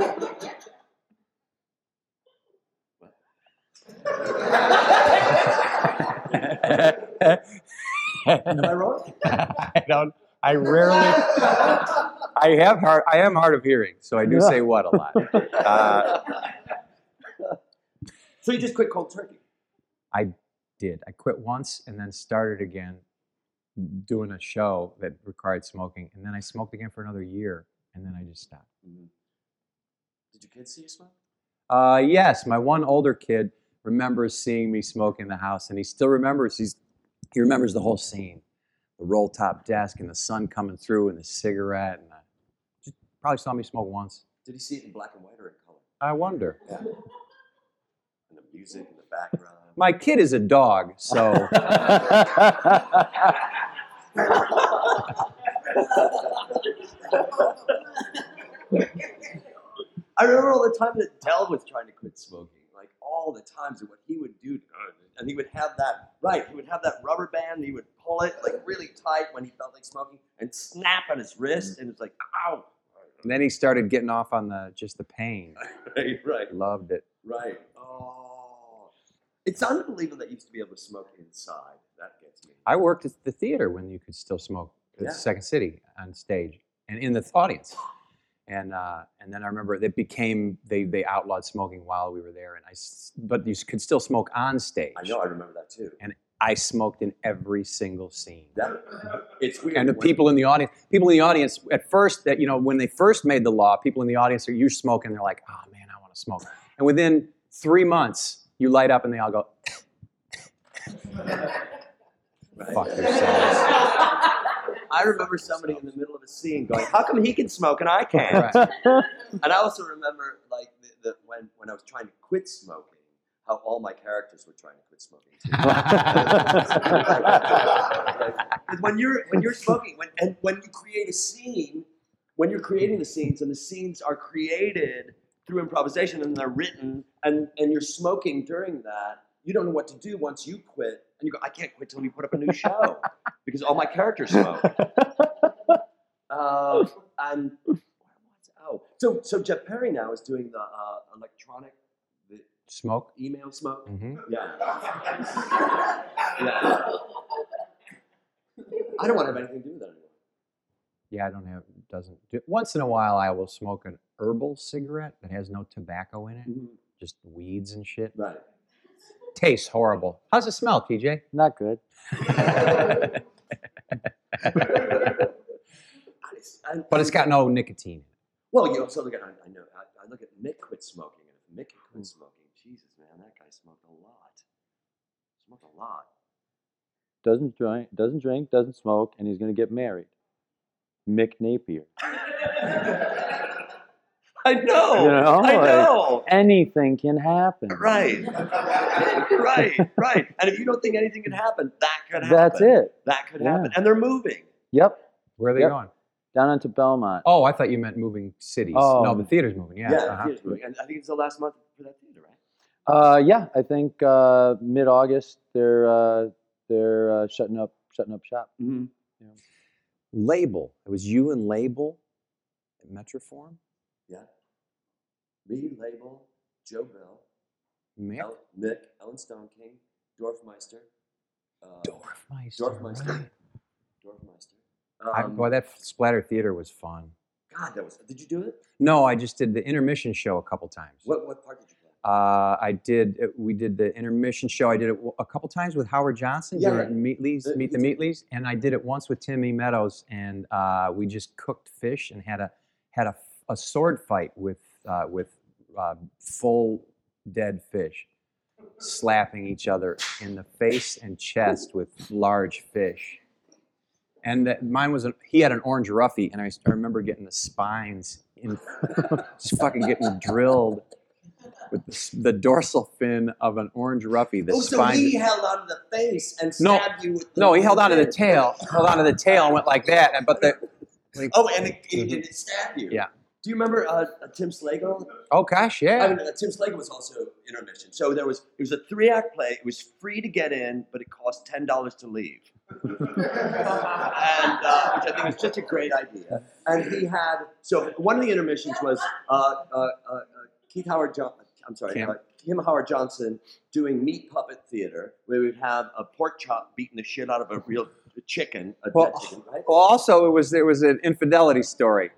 Speaker 2: Am I wrong?
Speaker 4: I don't. I rarely. I have hard. I am hard of hearing, so I do say what a lot. Uh,
Speaker 2: so you just quit cold turkey.
Speaker 4: Did I quit once and then started again, doing a show that required smoking, and then I smoked again for another year, and then I just stopped.
Speaker 2: Did your kids see you smoke?
Speaker 4: Uh, yes, my one older kid remembers seeing me smoke in the house, and he still remembers. He's he remembers the whole scene, the roll top desk, and the sun coming through, and the cigarette, and I just probably saw me smoke once.
Speaker 2: Did he see it in black and white or in color?
Speaker 4: I wonder.
Speaker 2: And the music in the background.
Speaker 4: My kid is a dog, so
Speaker 2: I remember all the time that Dell was trying to quit smoking, like all all the times of what he would do, and he would have that right. He would have that rubber band. And he would pull it like really tight when he felt like smoking, and snap on his wrist, and it's like, ow.
Speaker 4: And then he started getting off on the just the pain.
Speaker 2: Right, right,
Speaker 4: Loved it.
Speaker 2: right. Oh, it's unbelievable that you used to be able to smoke inside. That gets me.
Speaker 4: I worked at the theater when you could still smoke at
Speaker 2: Yeah.
Speaker 4: Second City on stage and in the audience. And uh, and then I remember it became they they outlawed smoking while we were there, and I s- but you could still smoke on stage.
Speaker 2: I know. I remember that too.
Speaker 4: I smoked in every single scene.
Speaker 2: That it's weird.
Speaker 4: and the
Speaker 2: when-
Speaker 4: people in the audience, people in the audience, at first, that you know, when they first made the law, people in the audience are you smoking. They're like, "Oh man, I want to smoke." And within three months, you light up, and they all go,
Speaker 2: Right.
Speaker 4: "Fuck yourselves."
Speaker 2: I remember somebody in the middle of a scene going, "How come he can smoke and I can't?"
Speaker 4: Right.
Speaker 2: And I also remember like the, the, when when I was trying to quit smoking, how all my characters were trying to quit smoking. too. And when you're when you're smoking, when and when you create a scene, when you're creating the scenes, and the scenes are created through improvisation and they're written, and and you're smoking during that, you don't know what to do once you quit, and you go, "I can't quit till we put up a new show," because all my characters smoke. Uh, and oh, so so Jeff Perry now is doing the uh, electronic the
Speaker 4: Smoke.
Speaker 2: email smoke.
Speaker 4: Mhm.
Speaker 2: Yeah. yeah. I don't want to have anything to do with that anymore.
Speaker 4: Yeah, I don't have. Doesn't. Do, once in a while, I will smoke an herbal cigarette that has no tobacco in it,
Speaker 2: Mm-hmm.
Speaker 4: just weeds and shit.
Speaker 2: Right.
Speaker 4: Tastes horrible. How's it smell, TJ?
Speaker 3: Not good.
Speaker 2: I just- I-
Speaker 4: But it's got no nicotine.
Speaker 2: well, you also look at I, I know I, I look at Mick quit smoking and if Mick had quit smoking, Jesus man, that guy smoked a lot. Smoked a lot.
Speaker 3: Doesn't drink. Doesn't drink. Doesn't smoke. And he's gonna get married. Mick Napier.
Speaker 2: I know.
Speaker 3: You know,
Speaker 2: I
Speaker 3: like-
Speaker 2: know.
Speaker 3: Anything can happen.
Speaker 2: Right. right. Right. And if you don't think anything could happen, that could happen.
Speaker 3: That's it.
Speaker 2: That could
Speaker 3: Yeah.
Speaker 2: happen. And they're moving.
Speaker 3: Yep.
Speaker 4: Where are they
Speaker 3: Yep.
Speaker 4: going?
Speaker 3: Down into Belmont.
Speaker 4: Oh, I thought you meant moving cities. no,
Speaker 3: Oh.
Speaker 4: the theater's moving. Yeah.
Speaker 2: Yeah,
Speaker 4: uh-huh.
Speaker 2: the theater's moving. And I think it's the last month for that theater, right?
Speaker 3: Uh, yeah, I think uh, mid-August they're uh, they're uh, shutting up shutting up shop.
Speaker 2: Mm-hmm.
Speaker 4: Label. It was you and Label at Metroform.
Speaker 2: Yeah. Me, Label, Joe Bell,
Speaker 4: Mick
Speaker 2: El, Mick, Ellen Stone King, Dorfmeister. Uh,
Speaker 4: Dorfmeister.
Speaker 2: Dorfmeister.
Speaker 4: right.
Speaker 2: Dorfmeister.
Speaker 4: I,
Speaker 2: Um,
Speaker 4: boy, that splatter theater was fun.
Speaker 2: God, that was. Did you do it?
Speaker 4: No, I just did the intermission show a couple times.
Speaker 2: What, what part did you play?
Speaker 4: Uh, I did. uh, We did the intermission show. I did it w- a couple times with Howard Johnson
Speaker 2: Yeah,
Speaker 4: during Meatleys,
Speaker 2: Uh,
Speaker 4: Meet the
Speaker 2: you
Speaker 4: Meatleys, and I did it once with Timmy Meadows, and uh, we just cooked fish and had a had a, f- a sword fight with uh, with uh, full dead fish, slapping each other in the face and chest with large fish. And that mine was a, he had an orange roughy, and I, s- I remember getting the spines in, just fucking getting drilled with the, s- the dorsal fin of an orange roughy. The
Speaker 2: oh, so
Speaker 4: spine.
Speaker 2: he held onto the face and
Speaker 4: No.
Speaker 2: stabbed you with the.
Speaker 4: no, he held onto the
Speaker 2: tail.
Speaker 4: tail, held onto the tail, and went like that. and- But the
Speaker 2: Oh, and it, it, it stabbed you.
Speaker 4: Mm-hmm. Yeah.
Speaker 2: Do you remember uh, uh, Tim Slagle?
Speaker 4: oh gosh,
Speaker 2: I
Speaker 4: yeah,
Speaker 2: mean, uh, Tim Slagle was also intermission. So there was it was a three act play. It was free to get in, but it cost ten dollars to leave, and uh, which I think was just a great idea. And he had so one of the intermissions was uh, uh, uh, uh, Keith Howard John. I'm sorry,
Speaker 4: Kim.
Speaker 2: Uh, Kim Howard Johnson doing meat puppet theater, where we'd have a pork chop beating the shit out of a real chicken, a
Speaker 4: Well,
Speaker 2: dead chicken, right?
Speaker 4: Well, also it was there was an infidelity story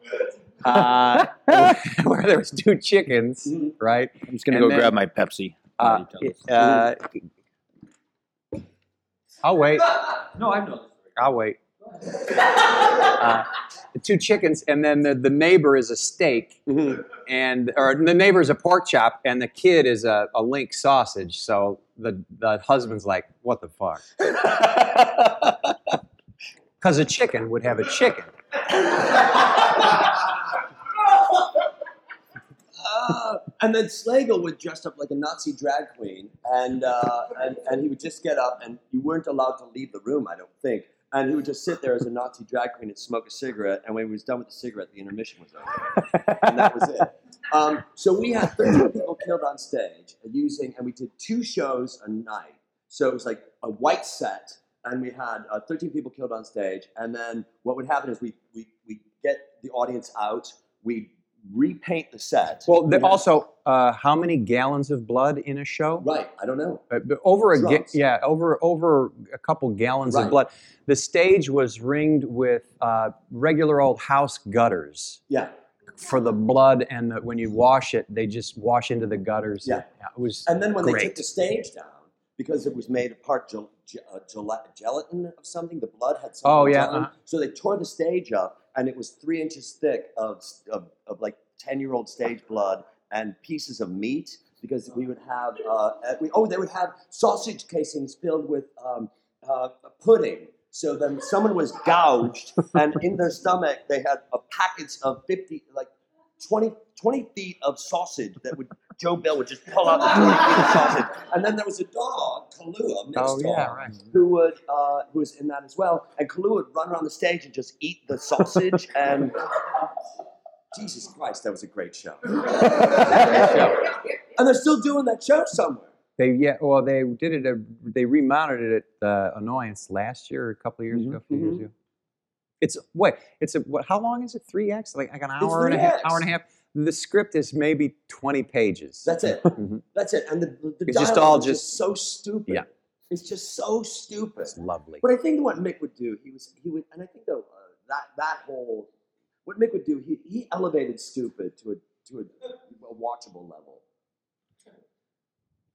Speaker 4: uh, where there was two chickens,
Speaker 2: Mhm.
Speaker 4: right?
Speaker 5: I'm just gonna
Speaker 4: And
Speaker 5: go
Speaker 4: then-
Speaker 5: grab my Pepsi.
Speaker 4: Uh, uh, I'll wait.
Speaker 2: No, I know.
Speaker 4: I'll wait. Uh, the two chickens, and then the, the neighbor is a steak, and or the neighbor is a pork chop, and the kid is a, a link sausage. So the the husband's like, "What the fuck?" Because a chicken would have a chicken.
Speaker 2: Uh, and then Slagle would dress up like a Nazi drag queen, and, uh, and and he would just get up, and you weren't allowed to leave the room, I don't think. And he would just sit there as a Nazi drag queen and smoke a cigarette. And when he was done with the cigarette, the intermission was over. and that was it. Um, so we had 13 people killed on stage uh, using, and we did two shows a night. So it was like a white set, and we had uh, 13 people killed on stage. And then what would happen is we we we get the audience out, we repaint the set.
Speaker 4: Well, there,
Speaker 2: We had-
Speaker 4: also, uh, how many gallons of blood in a show?
Speaker 2: right? I don't know.
Speaker 4: Uh, but over a ga-
Speaker 2: Drums.
Speaker 4: yeah, over over a couple gallons
Speaker 2: Right.
Speaker 4: of blood. The stage was ringed with uh, regular old house gutters
Speaker 2: Yeah.
Speaker 4: for the blood, and the, when you wash it, they just wash into the gutters.
Speaker 2: Yeah.
Speaker 4: it was
Speaker 2: And then when they took
Speaker 4: Great.
Speaker 2: the stage down, because it was made of part gel, ge- uh, gel, gelatin of something, the blood had something.
Speaker 4: Oh, yeah,
Speaker 2: done.
Speaker 4: uh-huh.
Speaker 2: So they tore the stage up, and it was three inches thick of, s- of, of like 10 year old stage blood and pieces of meat. Because we would have, uh, at- we, oh, they would have sausage casings filled with um, uh, pudding. So then someone was gouged, and in their stomach, they had a packets of 50, like 20, 20 feet of sausage that would Joe Bill would just pull out the 20 feet of sausage. And then there was a dog, Kalua, mixed dog,
Speaker 4: oh yeah, right.
Speaker 2: who would uh, who was in that as well. And Kalua would run around the stage and just eat the sausage. and Jesus Christ, that was a great show. And they're still doing that show somewhere.
Speaker 4: They yeah, well they did it. uh, They remounted it at uh, Annoyance last year, or a couple of years
Speaker 2: Mhm,
Speaker 4: ago, a few years
Speaker 2: mhm.
Speaker 4: ago. It's what? It's a what, how long is it? Three X? Like like an hour and a half?
Speaker 2: 3X.
Speaker 4: Hour and a half. The script is maybe twenty pages.
Speaker 2: That's it.
Speaker 4: Mhm.
Speaker 2: That's it. And the, the
Speaker 4: It's just
Speaker 2: dialogue
Speaker 4: all
Speaker 2: is
Speaker 4: just-
Speaker 2: so stupid.
Speaker 4: Yeah.
Speaker 2: It's just so stupid.
Speaker 4: It's lovely.
Speaker 2: But I think what Mick would do, he was he would, and I think though uh, that that whole what Mick would do, he, he elevated stupid to a to a, a watchable level.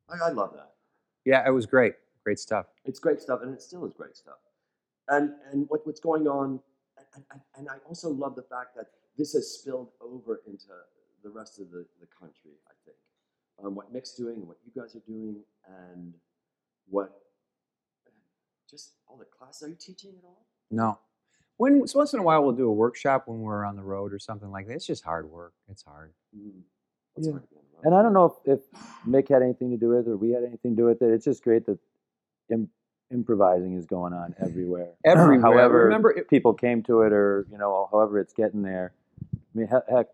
Speaker 2: I, I love that.
Speaker 4: Yeah, it was great. Great stuff.
Speaker 2: It's great stuff, and it still is great stuff. And and what, what's going on, and- and, and, and I also love the fact that this has spilled over into the rest of the, the country. I think um, what Mick's doing, and what you guys are doing, and what just all the classes. Are you teaching at all?
Speaker 4: No. When so once in a while we'll do a workshop when we're on the road or something like that. It's just hard work. It's hard.
Speaker 2: Mm. That's
Speaker 3: Yeah.
Speaker 2: hard to be on the road.
Speaker 3: And I don't know if, if Mick had anything to do with it or we had anything to do with it. It's just great that Im- improvising is going on everywhere.
Speaker 4: Everywhere.
Speaker 3: however,
Speaker 4: Remember it-
Speaker 3: people came to it, or you know, however it's getting there. I mean, he- heck,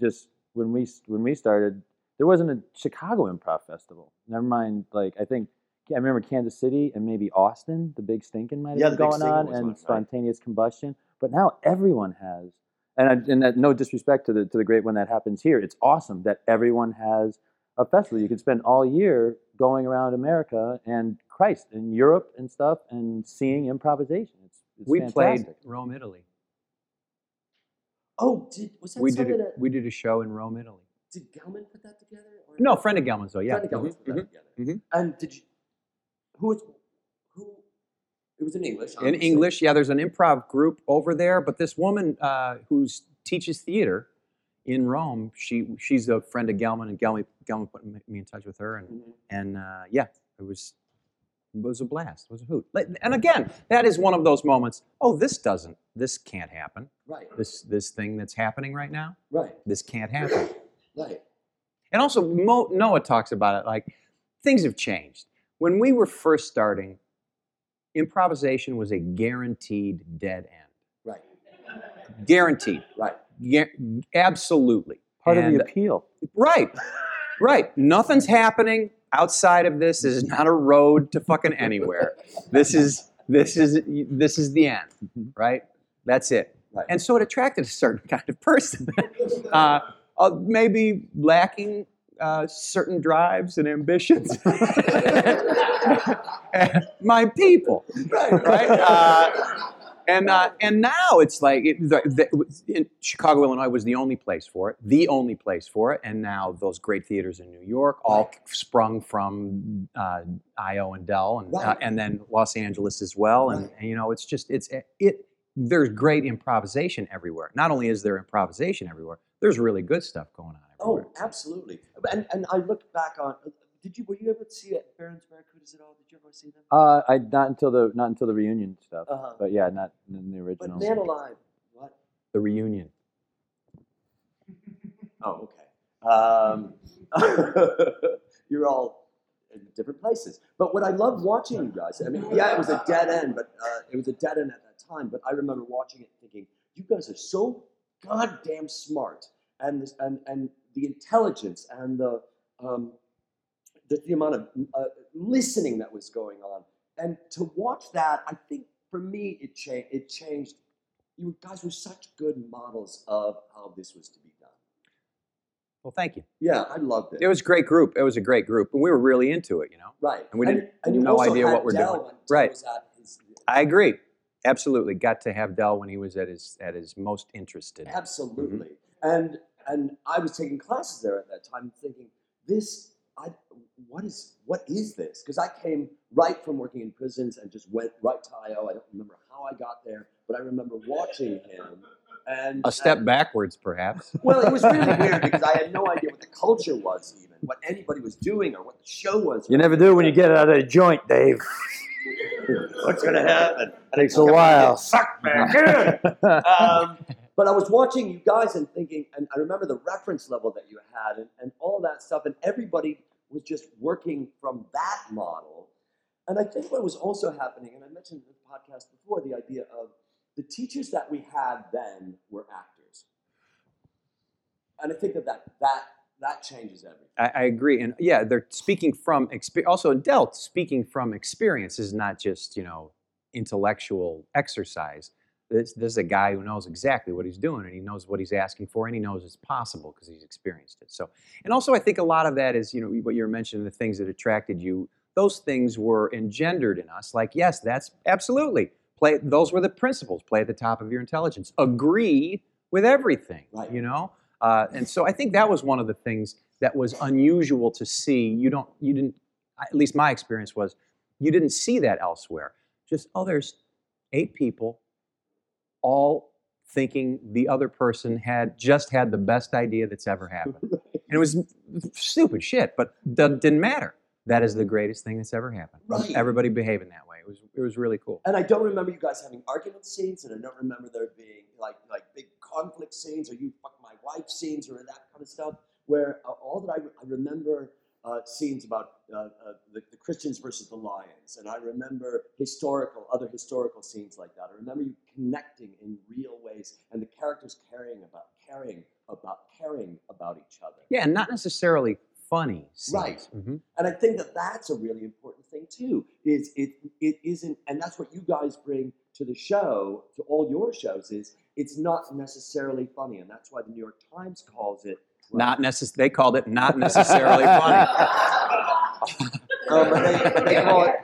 Speaker 3: just when we when we started, there wasn't a Chicago Improv Festival. Never mind, like I think I remember Kansas City and maybe Austin. The Big Stinkin' might have
Speaker 2: Yeah,
Speaker 3: been
Speaker 2: the Big
Speaker 3: going
Speaker 2: Stinkin'
Speaker 3: on,
Speaker 2: was
Speaker 3: and
Speaker 2: one, right.
Speaker 3: spontaneous combustion. But now everyone has and I, and that, no disrespect to the to the great one that happens here. It's awesome that everyone has a festival. You can spend all year going around America and Christ and Europe and stuff and seeing improvisation. It's, it's
Speaker 4: we
Speaker 3: fantastic.
Speaker 4: played Rome, Italy.
Speaker 2: Oh, did was that
Speaker 4: We did
Speaker 2: something
Speaker 4: a,
Speaker 2: that
Speaker 4: we did a show in Rome, Italy.
Speaker 2: did Gelman put that together? Or
Speaker 4: No, friend of Gelman's though. Yeah.
Speaker 2: Friend of Gelman put that
Speaker 4: Mhm,
Speaker 2: together.
Speaker 4: mhm.
Speaker 2: And did you? Who was who? It was in English.
Speaker 4: mhm. In
Speaker 2: obviously.
Speaker 4: English, yeah. There's an improv group over there, but this woman uh, who teaches theater in Rome, she she's a friend of Gelman, and Gelman Gelman put me in touch with her, and
Speaker 2: Mhm.
Speaker 4: and uh, yeah, it was it was a blast. It was a hoot. Like, And again, that is one of those moments. Oh, this doesn't. This can't happen.
Speaker 2: Right,
Speaker 4: This this thing that's happening right now.
Speaker 2: right,
Speaker 4: This can't happen.
Speaker 2: right.
Speaker 4: And also, Mo, Noah talks about it like things have changed. When we were first starting, improvisation was a guaranteed dead end.
Speaker 2: Right,
Speaker 4: Guaranteed.
Speaker 2: right.
Speaker 4: Gu- absolutely.
Speaker 3: Part of
Speaker 4: And-
Speaker 3: the appeal.
Speaker 4: Right. Right. Nothing's happening outside of this. This is not a road to fucking anywhere. This is this is this is the end. Right? That's it.
Speaker 2: Right.
Speaker 4: And so it attracted a certain kind of person. uh, uh, maybe lacking uh, certain drives and ambitions. My people
Speaker 2: Right,
Speaker 4: right? Uh, and uh, and now it's like it, the, the, it was- in Chicago, Illinois was the only place for it, the only place for it. And now those great theaters in New York, all sprung from uh, IO and Dell, and uh,
Speaker 2: Right.
Speaker 4: and then Los Angeles as well. And, and, you know, it's just it's it. There's great improvisation everywhere. Not only is there improvisation everywhere, there's really good stuff going on everywhere.
Speaker 2: Oh, absolutely. And and I looked back on. uh, Did you were you able to see it, Baron's Barracudas at all? Did you ever see them?
Speaker 3: Uh, I not until the not until the reunion stuff.
Speaker 2: Uh-huh.
Speaker 3: But yeah, not in the original.
Speaker 2: But Man Alive, what?
Speaker 4: The reunion.
Speaker 2: Oh, okay. Um, you're all in different places. But what I love watching you guys, I mean, yeah, it was a dead end, but uh, it was a dead end at that time. But I remember watching it and thinking, you guys are so goddamn smart, and this, and and the intelligence and the um, the, the amount of uh, listening that was going on, and to watch that, I think for me it changed. It changed. You guys were such good models of how this was to be done.
Speaker 4: Well, thank you.
Speaker 2: Yeah, I loved it.
Speaker 4: It was a great group. It was a great group, and we were really into it. You know,
Speaker 2: right,
Speaker 4: and we didn't-
Speaker 2: and you
Speaker 4: no
Speaker 2: also
Speaker 4: idea
Speaker 2: had
Speaker 4: what we're
Speaker 2: Dell
Speaker 4: doing.
Speaker 2: when Dell
Speaker 4: Right.
Speaker 2: was at his-
Speaker 4: I agree. Absolutely, got to have Dell when he was at his at his most interested.
Speaker 2: Absolutely. And and I was taking classes there at that time, thinking this. I what is what is this? Because I came right from working in prisons and just went right to IO. I don't remember how I got there, but I remember watching him. And
Speaker 4: A step
Speaker 2: and-
Speaker 4: backwards, perhaps.
Speaker 2: well, it was really weird because I had no idea what the culture was, even what anybody was doing or what the show was.
Speaker 3: You never do when you get out of the joint, Dave.
Speaker 2: What's gonna happen?
Speaker 3: Takes a while.
Speaker 2: Suck back in. um, but I was watching you guys and thinking, and I remember the reference level that you had and, and all that stuff, and everybody was just working from that model. And I think what was also happening, and I mentioned in the podcast before, the idea of the teachers that we had then were actors. And I think that that, that, that changes everything.
Speaker 4: I, I agree, and yeah, they're speaking from experience. Also, in Dell, speaking from experience is not just you know intellectual exercise. This, this is a guy who knows exactly what he's doing, and he knows what he's asking for, and he knows it's possible because he's experienced it. So, and also, I think a lot of that is you know what you were mentioning, the things that attracted you. Those things were engendered in us. Like, yes, that's absolutely play. Those were the principles. Play at the top of your intelligence. Agree with everything.
Speaker 2: Right.
Speaker 4: You know. Uh, and so I think that was one of the things that was unusual to see. You don't, you didn't, at least my experience was, you didn't see that elsewhere. Just, oh, there's eight people, all thinking the other person had just had the best idea that's ever happened. And it was stupid shit, but d- didn't matter. That is the greatest thing that's ever happened.
Speaker 2: Right.
Speaker 4: Everybody behaving that way. It was, it was really cool.
Speaker 2: And I don't remember you guys having argument scenes, and I don't remember there being like like big conflict scenes or you fuck my wife scenes or that kind of stuff. Where uh, all that I, I remember uh, scenes about uh, uh, the, the Christians versus the lions, and I remember historical other historical scenes like that. I remember you connecting in real ways, and the characters caring about caring about caring about each other.
Speaker 4: Yeah, and not necessarily funny. scenes.
Speaker 2: Right.
Speaker 4: Mhm.
Speaker 2: And I think that that's a really important thing too. Is it it isn't, and that's what you guys bring to the show, to all your shows. Is it's not necessarily funny, and that's why the New York Times calls it
Speaker 4: Not necess- They called it not necessarily funny.
Speaker 2: Um, but they, but they call it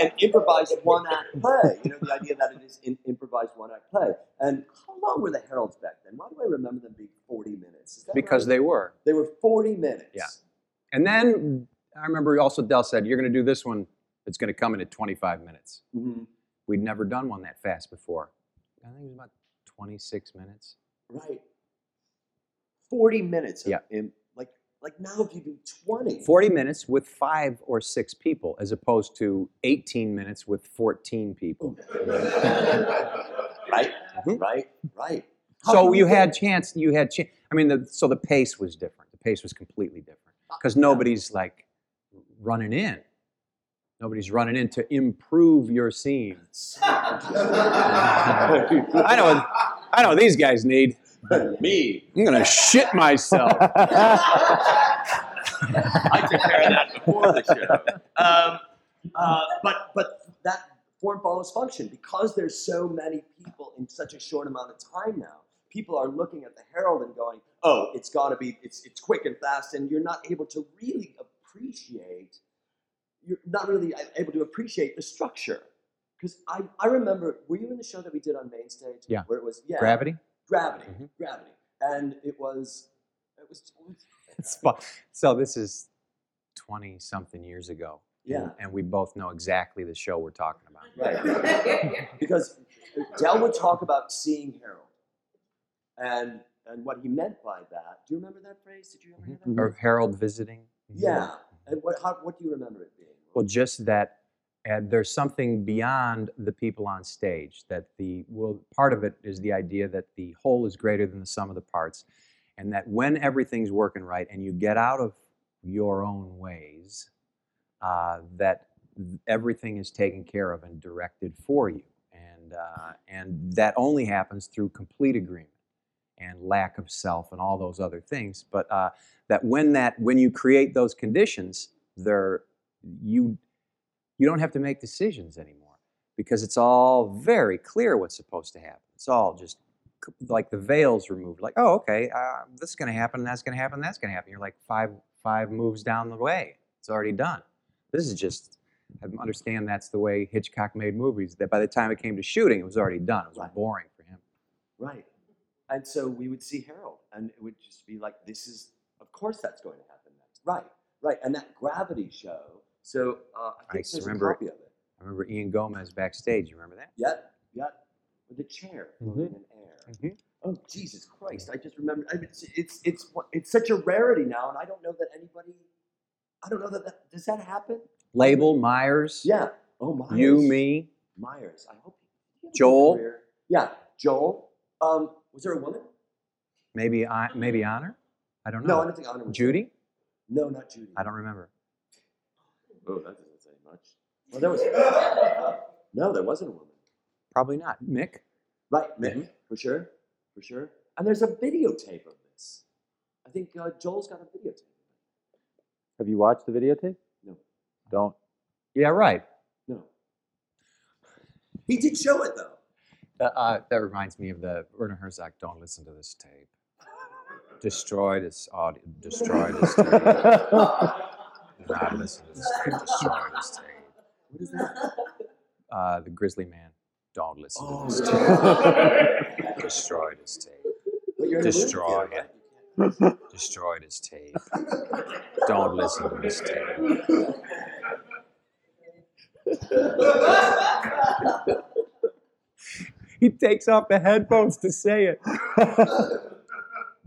Speaker 2: an improvised one act play. You know, the idea that it is an improvised one act play. And how long were the Heralds back then? Why do I remember them being forty minutes? Is that
Speaker 4: because
Speaker 2: right?
Speaker 4: they were.
Speaker 2: they were forty minutes.
Speaker 4: Yeah. And then I remember also Dell said, "You're going to do this one. It's going to come in at 25 minutes."
Speaker 2: Mhm.
Speaker 4: We'd never done one that fast before. I think it was about 26 minutes.
Speaker 2: Right. Forty minutes. of
Speaker 4: Yeah.
Speaker 2: im- like like now if you do twenty.
Speaker 4: 40 minutes with five or six people, as opposed to 18 minutes with 14 people.
Speaker 2: Right.
Speaker 4: Mhm.
Speaker 2: Right. Right. How
Speaker 4: So
Speaker 2: can
Speaker 4: you
Speaker 2: get-
Speaker 4: had chance. You had. Ch- I mean, the, so the pace was different. The pace was completely different because nobody's like running in. Nobody's running in to improve your scene. I know. what- I know what these guys need.
Speaker 2: me.
Speaker 4: I'm gonna shit myself.
Speaker 2: I took care of that before the show. Um, uh, but but that form follows function because there's so many people in such a short amount of time now. People are looking at the Herald and going, "Oh, it's got to be it's it's quick and fast," and you're not able to really appreciate. You're not really able to appreciate the structure because I I remember. Were you in the show that we did on main stage?
Speaker 4: Yeah.
Speaker 2: Where it was yeah
Speaker 4: Gravity.
Speaker 2: gravity
Speaker 4: Mhm.
Speaker 2: gravity and it was it was
Speaker 4: It's fu- So this is twenty something years ago.
Speaker 2: yeah. Mm-hmm.
Speaker 4: And we both know exactly the show we're talking about.
Speaker 2: Right. because Dell would talk about seeing Harold and and what he meant by that. Do you remember that phrase? Did you ever hear that?
Speaker 4: Or Harold visiting.
Speaker 2: Yeah. And what how, what do you remember it being?
Speaker 4: Mm-hmm. Well, just that and there's something beyond the people on stage that the well part of it is the idea that the whole is greater than the sum of the parts and that when everything's working right and you get out of your own ways, uh, that th- everything is taken care of and directed for you. And, uh, and that only happens through complete agreement and lack of self and all those other things. But uh, that when that when you create those conditions, there you you don't have to make decisions anymore because it's all very clear what's supposed to happen. It's all just c- like the veils removed. Like, oh, okay, uh, this is going to happen, that's going to happen, that's going to happen. You're like five five moves down the way. It's already done. This is just. I understand that's the way Hitchcock made movies. That by the time it came to shooting, it was already done. It was
Speaker 2: Right.
Speaker 4: boring for him.
Speaker 2: Right. And so we would see Harold, and it would just be like, this is, of course, that's going to happen next. Right, right. And that gravity show. So uh, I think
Speaker 4: I
Speaker 2: there's
Speaker 4: remember
Speaker 2: a
Speaker 4: it.
Speaker 2: copy of it.
Speaker 4: I remember Ian Gomez backstage. You remember that?
Speaker 2: Yep, yep. With the chair
Speaker 4: Mm-hmm.
Speaker 2: floating in air.
Speaker 4: Mhm.
Speaker 2: Oh Jesus Christ! I just remember. I mean, it's, it's it's one- it's such a rarity now, and I don't know that anybody. I don't know that, that does that happen.
Speaker 4: Label Myers.
Speaker 2: Yeah. Oh Myers.
Speaker 4: You, me.
Speaker 2: Myers. I hope. he had a good
Speaker 4: Joel?
Speaker 2: career. Yeah, Joel. Um, was there a woman?
Speaker 4: Maybe I. Maybe Honor. I don't
Speaker 2: No,
Speaker 4: know.
Speaker 2: I don't think Anna was.
Speaker 4: Judy.
Speaker 2: No, not Judy.
Speaker 4: I don't remember.
Speaker 2: Oh, that doesn't say much. Well, there was. no, there wasn't a woman.
Speaker 4: Probably not. Mick.
Speaker 2: Right, Mick,
Speaker 4: Mm-hmm.
Speaker 2: for sure, for sure. And there's a videotape of this. I think uh, Joel's got a videotape.
Speaker 3: Have you watched the videotape?
Speaker 2: No.
Speaker 3: Don't.
Speaker 4: Yeah, right.
Speaker 2: No. He did show it though.
Speaker 4: That, uh, that reminds me of the Werner Herzog. Don't listen to this tape. Destroy this audio. Destroy this tape. Do Not listen to this tape. Destroy this tape.
Speaker 2: What is that?
Speaker 4: Uh, the Grizzly Man. Don't listen
Speaker 2: Oh,
Speaker 4: to this
Speaker 2: yeah.
Speaker 4: tape. Destroy this tape.
Speaker 2: But you're in a movie
Speaker 4: Destroy
Speaker 2: theater, right?
Speaker 4: Destroy this tape. Don't listen to this tape. He takes off the headphones to say it.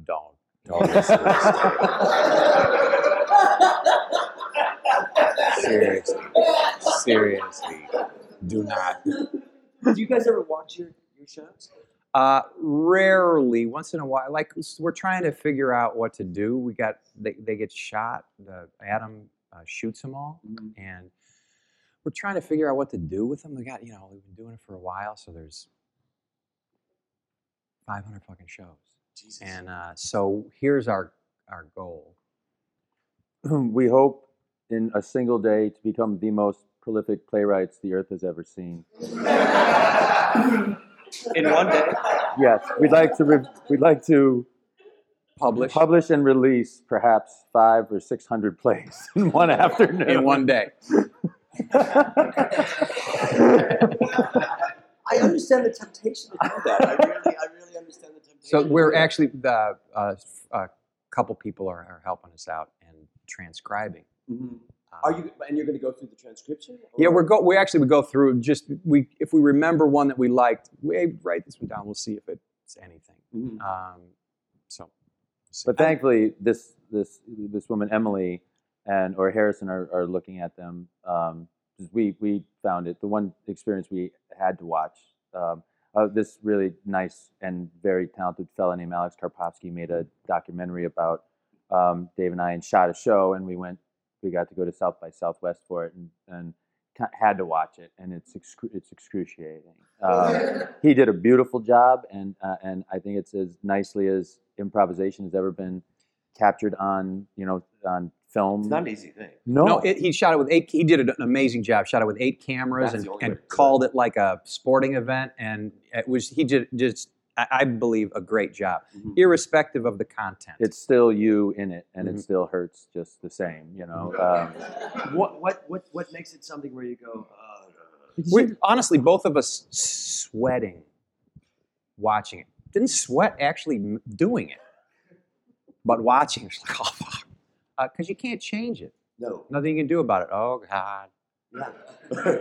Speaker 4: don't. Don't listen to this tape. Seriously. Seriously. Do not.
Speaker 2: Do you guys ever watch your, your shows?
Speaker 4: Uh, rarely, once in a while, like s- we're trying to figure out what to do. We got, they, they get shot. The Adam uh, shoots them all. and we're trying to figure out what to do with them. They got, you know, we've been doing it for a while, so there's 500 fucking shows.
Speaker 2: Jesus.
Speaker 4: And uh, so here's our our goal.
Speaker 3: we hope in a single day to become the most prolific playwrights the earth has ever seen.
Speaker 2: in one day.
Speaker 3: Yes, we'd like to re- we'd like to
Speaker 4: Publish
Speaker 3: publish and release perhaps 5 or 600 plays in one afternoon.
Speaker 4: in one day.
Speaker 2: I understand the temptation to do that. I really, I really understand the temptation.
Speaker 4: So
Speaker 2: to
Speaker 4: we're
Speaker 2: do that.
Speaker 4: actually the uh, f- a couple people are, are helping us out and transcribing.
Speaker 2: Mhm.
Speaker 4: Uh,
Speaker 2: Are you? And you're going to go through the transcription?
Speaker 4: Yeah,
Speaker 2: or-
Speaker 4: we're go. We actually would go through just we if we remember one that we liked, we write this one down. We'll see if it's anything.
Speaker 2: Mhm.
Speaker 4: Um, so, we'll see.
Speaker 3: But thankfully, this this this woman Emily and or Harrison are, are looking at them. Um, 'cause we we found it the one experience we had to watch. Um, uh, this really nice and very talented fellow named Alex Karpovsky made a documentary about um, Dave and I and shot a show, and we went we got to go to South by Southwest for it and. and ki- had to watch it, and it's excru- it's excruciating. Um, he did a beautiful job, and uh, and I think it's as nicely as improvisation has ever been captured on you know on film.
Speaker 2: It's not e-, an easy thing.
Speaker 3: no,
Speaker 4: No, it, he shot it with eight. He did an amazing job. Shot it with eight cameras
Speaker 2: That's
Speaker 4: and,
Speaker 2: the only way
Speaker 4: and
Speaker 2: to do it.
Speaker 4: called it like a sporting event, and it was he did just I, I believe a great job,
Speaker 2: Mhm.
Speaker 4: irrespective of the content.
Speaker 3: it's still you in it, and
Speaker 4: Mhm.
Speaker 3: it still hurts just the same. You know, um,
Speaker 2: What, what, what, what makes it something where you go? Uh,
Speaker 4: we, honestly both of us sweating watching it. Didn't sweat actually m- doing it, but watching it was like oh fuck, because you can't change it.
Speaker 2: no.
Speaker 4: Nothing you can do about it. Oh god.
Speaker 2: Yeah.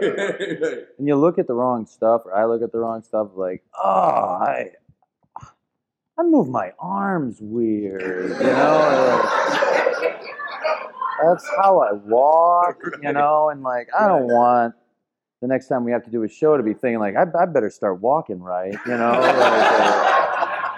Speaker 3: and you look at the wrong stuff, or I look at the wrong stuff, like oh, I I move my arms weird. You know, like, that's how I walk. You know, and like I don't want. The next time we have to do a show, to be thinking like I, I better start walking right, you know. Like, uh,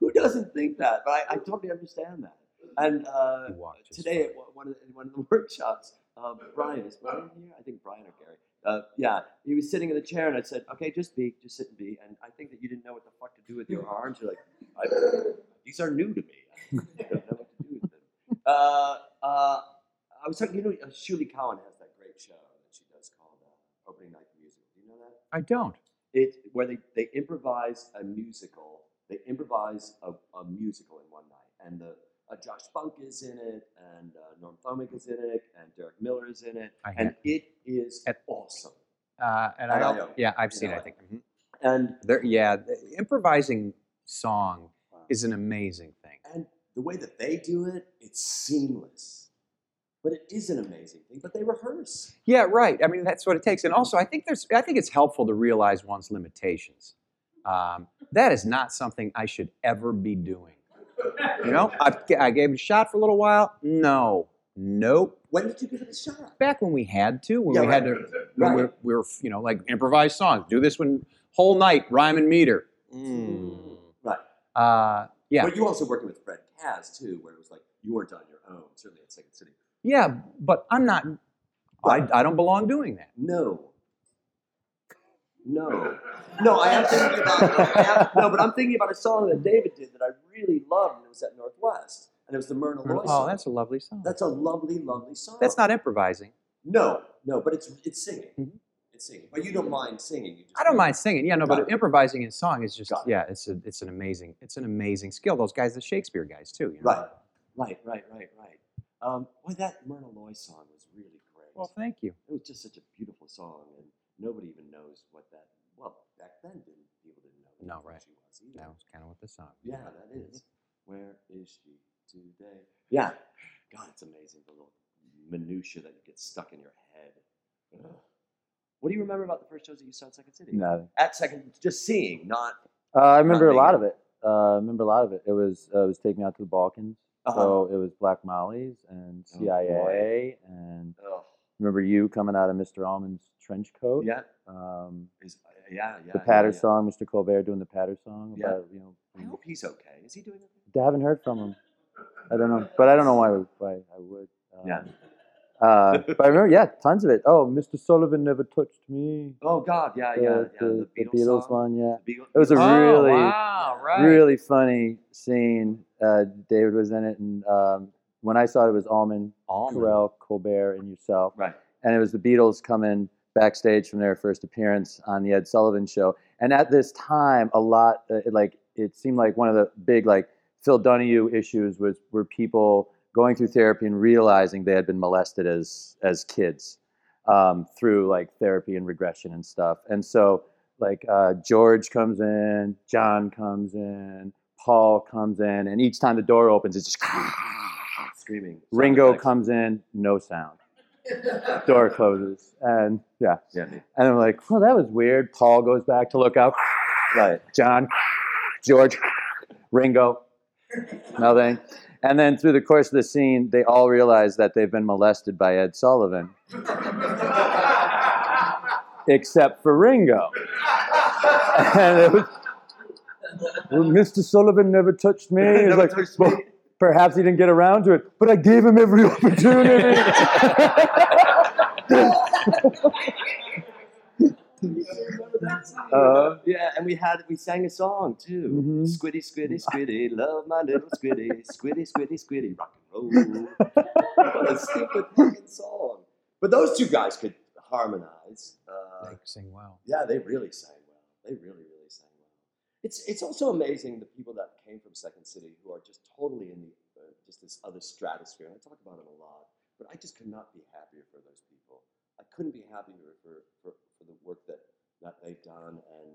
Speaker 2: Who doesn't think that? But I, I totally understand that. And uh,
Speaker 4: You walked just
Speaker 2: today
Speaker 4: fine.
Speaker 2: at one- one of the, in one of the workshops, uh, Brian is Brian here. I think Brian or Gary. Uh, yeah, he was sitting in the chair, and I said, "Okay, just be, just sit and be." And I think that you didn't know what the fuck to do with your arms. You're like, I, "These are new to me. I don't know what to do with them." Uh, uh, I was talking. You know, uh, Shirley Cowan has that great show that she does called uh, Opening Night Music. Do you know that?
Speaker 4: I don't.
Speaker 2: It's where they, they improvise a musical. They improvise a, a musical in one night, and the uh, Josh Funk is in it, and uh, Norm Thomic is in it, and Derek Miller is in it,
Speaker 4: I
Speaker 2: and it is
Speaker 4: At-
Speaker 2: awesome.
Speaker 4: Uh, and
Speaker 2: I
Speaker 4: I,
Speaker 2: know.
Speaker 4: yeah, I've
Speaker 2: You
Speaker 4: seen.
Speaker 2: know
Speaker 4: it, I
Speaker 2: it.
Speaker 4: think. Mm-hmm.
Speaker 2: And
Speaker 4: There, yeah, the- improvising song is an amazing thing.
Speaker 2: and the way that they do it, it's seamless. But it is an amazing thing. But they rehearse.
Speaker 4: Yeah, right. I mean, that's what it takes. And also, I think there's, I think it's helpful to realize one's limitations. Um, that is not something I should ever be doing. You know, I, I gave it a shot for a little while. No, nope.
Speaker 2: When did you give it a shot?
Speaker 4: Back when we had to, when
Speaker 2: Yeah,
Speaker 4: we had to,
Speaker 2: right.
Speaker 4: when we,
Speaker 2: Right.
Speaker 4: we were, you know, like improvise songs. Do this one whole night, rhyme and meter.
Speaker 2: Right.
Speaker 4: Uh, yeah.
Speaker 2: But you also working with Fred Kaz too, where it was like you weren't on your own. Certainly at Second City.
Speaker 4: Yeah, but I'm not. I, I don't belong doing that.
Speaker 2: No. No. No, I am thinking about I am- no, but I'm thinking about a song that David did that I really loved, and it was at Northwest, and it was the Myrna Loy
Speaker 4: Oh,
Speaker 2: song.
Speaker 4: that's a lovely song.
Speaker 2: That's a lovely, lovely song.
Speaker 4: That's not improvising.
Speaker 2: No, no, but it's it's singing.
Speaker 4: Mhm.
Speaker 2: It's singing. But you don't mind singing. You just
Speaker 4: I don't mind singing. Yeah, no,
Speaker 2: Got
Speaker 4: but
Speaker 2: it.
Speaker 4: improvising in song is just
Speaker 2: Got it.
Speaker 4: yeah, it's a, it's an amazing it's an amazing skill. Those guys, the Shakespeare guys too. You know?
Speaker 2: Right, right, right, right, right. Um, boy, that Myrna Loy song was really great.
Speaker 4: Well, thank you.
Speaker 2: it was just such a beautiful song, and nobody even knows what that. Well, back then, didn't people didn't know
Speaker 4: No,
Speaker 2: who
Speaker 4: right.
Speaker 2: she was either.
Speaker 4: That was kind of what the song.
Speaker 2: Yeah, that is. Where is she today? Yeah. God, it's amazing the little minutia that gets stuck in your head. Ugh. What do you remember about the first shows that you saw at Second City?
Speaker 3: Nothing.
Speaker 2: At Second, just seeing, not.
Speaker 3: Uh, I remember a
Speaker 2: big
Speaker 3: lot
Speaker 2: yet.
Speaker 3: of it. Uh, I remember a lot of it. It was uh, it was take me out to the Balkans. So it was Black Molly's and
Speaker 2: Uh-huh. Oh, boy.
Speaker 3: CIA, and
Speaker 2: Ugh.
Speaker 3: remember you coming out of Mr. Allman's trench coat.
Speaker 2: Oh, Yeah.
Speaker 3: Um,
Speaker 2: Is, yeah, yeah.
Speaker 3: the
Speaker 2: yeah,
Speaker 3: Patter
Speaker 2: yeah.
Speaker 3: song, Mr. Colbert doing the Patter song.
Speaker 2: Yeah.
Speaker 3: About, you know,
Speaker 2: I hope he's okay. Is he doing okay?
Speaker 3: I haven't heard from him. I don't know, but I don't know why, why I would. Um,
Speaker 2: Yeah.
Speaker 3: Uh, but I remember, yeah, tons of it. Oh, Mr. Sullivan never touched me.
Speaker 2: Oh, God, yeah, yeah, yeah. The, Beatles, song.
Speaker 3: one, yeah.
Speaker 2: The Beatles,
Speaker 3: It was a
Speaker 2: Beatles-
Speaker 4: Oh,
Speaker 3: really-
Speaker 4: wow, right.
Speaker 3: Really funny scene. Uh, David was in it, and um, when I saw it, it was Allman,
Speaker 4: Allman.
Speaker 3: Carell, Colbert, and yourself.
Speaker 2: Right.
Speaker 3: And it was the Beatles coming backstage from their first appearance on the Ed Sullivan Show. And at this time, a lot uh, it, like it seemed like one of the big like Phil Donahue issues was were people going through therapy and realizing they had been molested as as kids um, through like therapy and regression and stuff. And so like uh, George comes in, John comes in, Paul comes in, and each time the door opens, it's just
Speaker 2: Screaming. Sound
Speaker 3: Ringo
Speaker 2: effects.
Speaker 3: comes in, no sound. Door closes, and yeah,
Speaker 2: Yeah, me.
Speaker 3: and I'm like, well, that was weird. Paul goes back to look out.
Speaker 2: Right.
Speaker 3: John, George, Ringo, nothing. And then through the course of the scene, they all realize that they've been molested by Ed Sullivan, except for Ringo. And it was, well, Mr. Sullivan never touched me. He's
Speaker 2: Never
Speaker 3: like,
Speaker 2: touched
Speaker 3: well,
Speaker 2: me.
Speaker 3: perhaps he didn't get around to it, but I gave him every opportunity. Uh,
Speaker 2: yeah, and we had we sang a song too.
Speaker 3: Mhm.
Speaker 2: Squiddy, squiddy, squiddy, love my little squiddy, squiddy, squiddy, squiddy, rock and roll. what a stupid fucking song. But those two guys could harmonize. Uh,
Speaker 4: They sing well.
Speaker 2: yeah, they really sang well. They really, really sang well. It's it's also amazing the people that came from Second City who are just totally in the, uh, just this other stratosphere. And I talk about it a lot, but I just could not be happier for those people. I couldn't be happier for for, for the work that that they've done and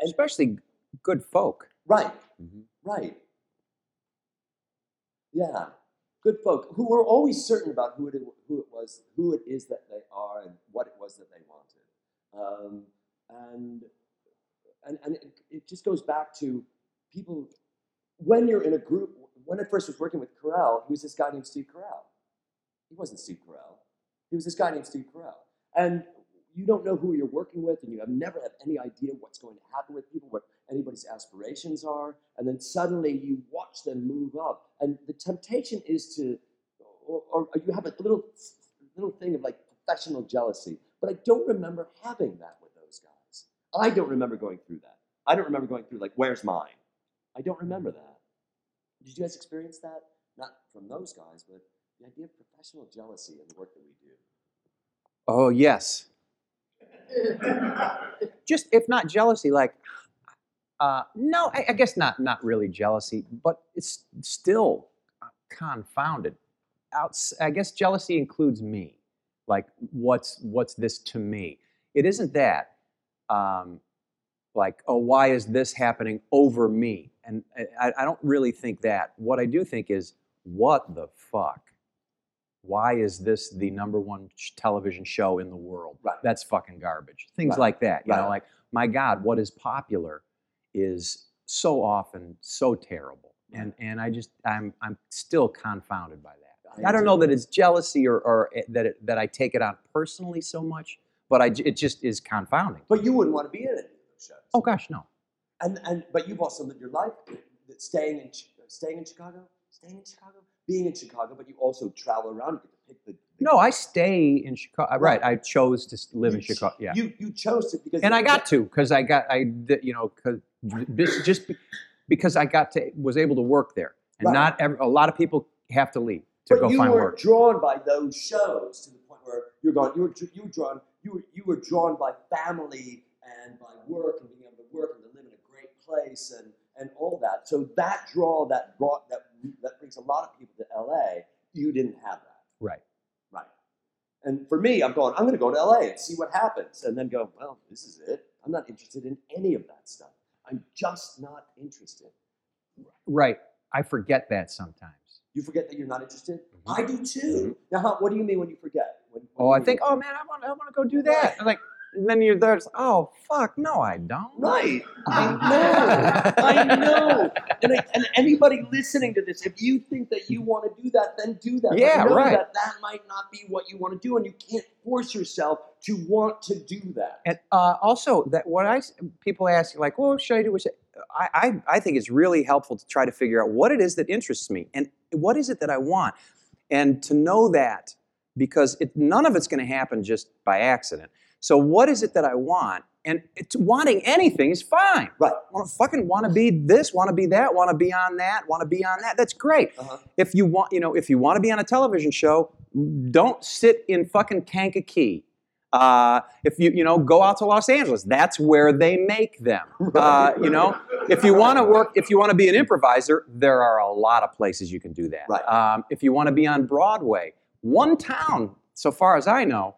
Speaker 2: and
Speaker 4: Especially good folk.
Speaker 2: right,
Speaker 4: Mhm.
Speaker 2: right, yeah, good folk who were always certain about who it who it was who it is that they are and what it was that they wanted. um, and and, and it, it just goes back to people when you're in a group when i first was working with corral he was this guy named steve corral he wasn't steve corral he was this guy named steve corral and you don't know who you're working with, and you have never have any idea what's going to happen with people, what anybody's aspirations are, and then suddenly you watch them move up, and the temptation is to, or, or you have a little little thing of like professional jealousy, but I don't remember having that with those guys. I don't remember going through that. I don't remember going through like, where's mine? I don't remember that. Did you guys experience that? Not from those guys, but the idea of professional jealousy in the work that we do.
Speaker 4: Oh, yes. Just if not jealousy, like, uh, no, I, I guess not, not really jealousy, but it's still confounded. Outs- I guess jealousy includes me. Like, what's what's this to me? It isn't that. Um, like, oh, why is this happening over me? And I, I- I don't really think that. What I do think is, what the fuck? Why is this the number one sh- television show in the world?
Speaker 2: Right.
Speaker 4: That's fucking garbage. Things
Speaker 2: Right.
Speaker 4: like that. You know,
Speaker 2: Right.
Speaker 4: like, my God, what is popular is so often so terrible. And, and I just, I'm, I'm still confounded by that.
Speaker 2: I
Speaker 4: I don't
Speaker 2: do.
Speaker 4: know that it's jealousy or, or it- that, it, that I take it on personally so much, but I, j- it just is confounding.
Speaker 2: But you wouldn't want to be in any of those shows.
Speaker 4: Oh, gosh, no.
Speaker 2: And and but you've also lived your life that staying in Chi- staying in Chicago, staying in Chicago, being in Chicago, but you also travel around. You get to pick the, the-
Speaker 4: No, I stay in Chicago. Right, I chose to s- live in
Speaker 2: you ch-
Speaker 4: Chicago. Yeah,
Speaker 2: You you chose to because
Speaker 4: and I got to because I got I did- you know because just be- because I got to was able to work there, and
Speaker 2: Right.
Speaker 4: not ev- a lot of people have to leave to
Speaker 2: but
Speaker 4: go
Speaker 2: you
Speaker 4: find
Speaker 2: were
Speaker 4: work.
Speaker 2: drawn by those shows to the point where you're going. You were dr- you were drawn you were, you were drawn by family and by work and being able to work and to live in a great place and and all that. So that draw that brought that that brings a lot of people to L.A. You didn't have that.
Speaker 4: Right.
Speaker 2: Right. And for me, I'm going, I'm going to go to LA and see what happens. And then go, well, this is it. I'm not interested in any of that stuff. I'm just not interested.
Speaker 4: Right, I forget that sometimes.
Speaker 2: You forget that you're not interested? I do too. Now, how, what do you mean when you forget? When, when
Speaker 4: Mm-hmm. Oh, I
Speaker 2: you-
Speaker 4: think oh man, I want I want to go do that. And like and then you're there. It's, oh fuck, no, I don't.
Speaker 2: Right. I know. I know. And, I, and anybody listening to this, if you think that you want to do that, then do that. But
Speaker 4: Yeah,
Speaker 2: know
Speaker 4: right.
Speaker 2: That that might not be what you want to do, and you can't force yourself to want to do that.
Speaker 4: And uh, also, that what I s- people ask, like, "Well, should I do?" What should I, I I think it's really helpful to try to figure out what it is that interests me and what is it that I want, and to know that because it, none of it's going to happen just by accident. So, what is it that I want? And it's, wanting anything is fine.
Speaker 2: Right.
Speaker 4: I want to fucking want to be this, want to be that, want to be on that, want to be on that. That's great.
Speaker 2: Uh-huh.
Speaker 4: If you want, you know, if you want to be on a television show, don't sit in fucking Kankakee. Uh, if you you know go out to Los Angeles, that's where they make them. Uh, you know, if you want to work, if you want to be an improviser, there are a lot of places you can do that.
Speaker 2: Right.
Speaker 4: Um, if you want to be on Broadway, one town, so far as I know,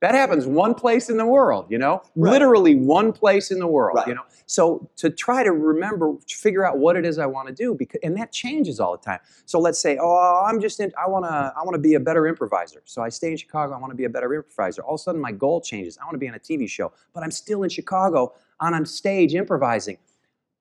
Speaker 4: that happens one place in the world. You know,
Speaker 2: Right.
Speaker 4: literally one place in the world.
Speaker 2: Right.
Speaker 4: You know, so to try to remember, to figure out what it is I want to do, because and that changes all the time. So let's say, oh, I'm just in, I want to, I want to be a better improviser. So I stay in Chicago. I want to be a better improviser. All of a sudden, my goal changes. I want to be on a TV show, but I'm still in Chicago on a stage improvising,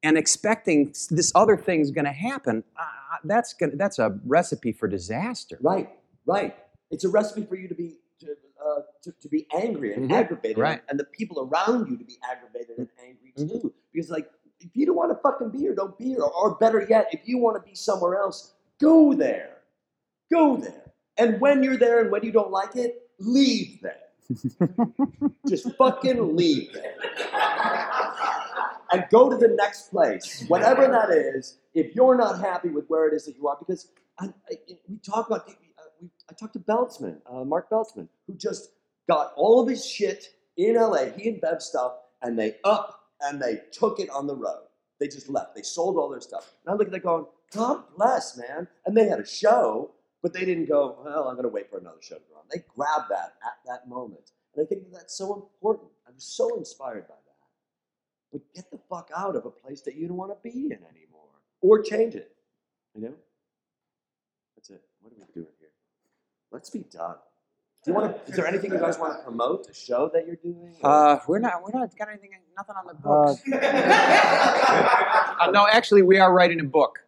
Speaker 4: and expecting s- this other thing's going to happen. Uh, that's gonna, that's a recipe for disaster.
Speaker 2: Right, right. It's a recipe for you to be to, uh, to, to be angry and
Speaker 4: Mhm,
Speaker 2: aggravated,
Speaker 4: right.
Speaker 2: and the people around you to be aggravated and angry too. Because like, if you don't want to fucking be here, don't be here. Or, or better yet, if you want to be somewhere else, go there, go there. And when you're there, and when you don't like it, leave there. Just fucking leave there. And go to the next place, whatever that is. If you're not happy with where it is that you are, because I, I, we talk about, uh, we, I talked to Beltzman, uh, Mark Beltzman, who just got all of his shit in LA, he and Bev stuff, and they up and they took it on the road. They just left. They sold all their stuff. And I look at that going, God bless, man. And they had a show, but they didn't go, well, I'm going to wait for another show to go on. They grabbed that at that moment. And I think that's so important. I'm so inspired by that. But get the fuck out of a place that you don't want to be in anymore or change it. You know? That's it. What are we doing here? Let's be done. Do you want to, is there anything you guys want to promote? The show that you're doing?
Speaker 4: Uh, we're not, we're not got anything, nothing on the books. Uh, no, actually, we are writing a book.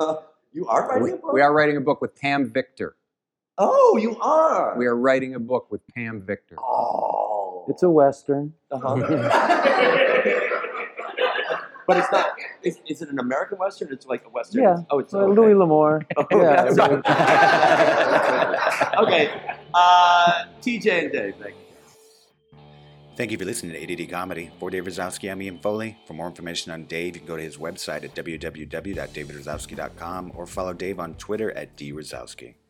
Speaker 2: Uh, you are writing
Speaker 4: We,
Speaker 2: a book?
Speaker 4: we are writing a book with Pam Victor.
Speaker 2: Oh, you are.
Speaker 4: We are writing a book with Pam Victor.
Speaker 2: Oh,
Speaker 3: It's a uh-huh. western.
Speaker 2: but it's not. Is, is it an American Western? It's like a Western.
Speaker 3: Yeah.
Speaker 2: Oh, it's
Speaker 3: Uh,
Speaker 2: okay.
Speaker 3: Louis L'Amour. yeah.
Speaker 2: that's
Speaker 3: everything.
Speaker 2: okay. Uh, TJ and Dave, thank you.
Speaker 1: Thank you for listening to ADD Comedy. For Dave Rosowski, I'm Ian Foley. For more information on Dave, you can go to his website at www.davidrozowski.com or follow Dave on Twitter at drozowski.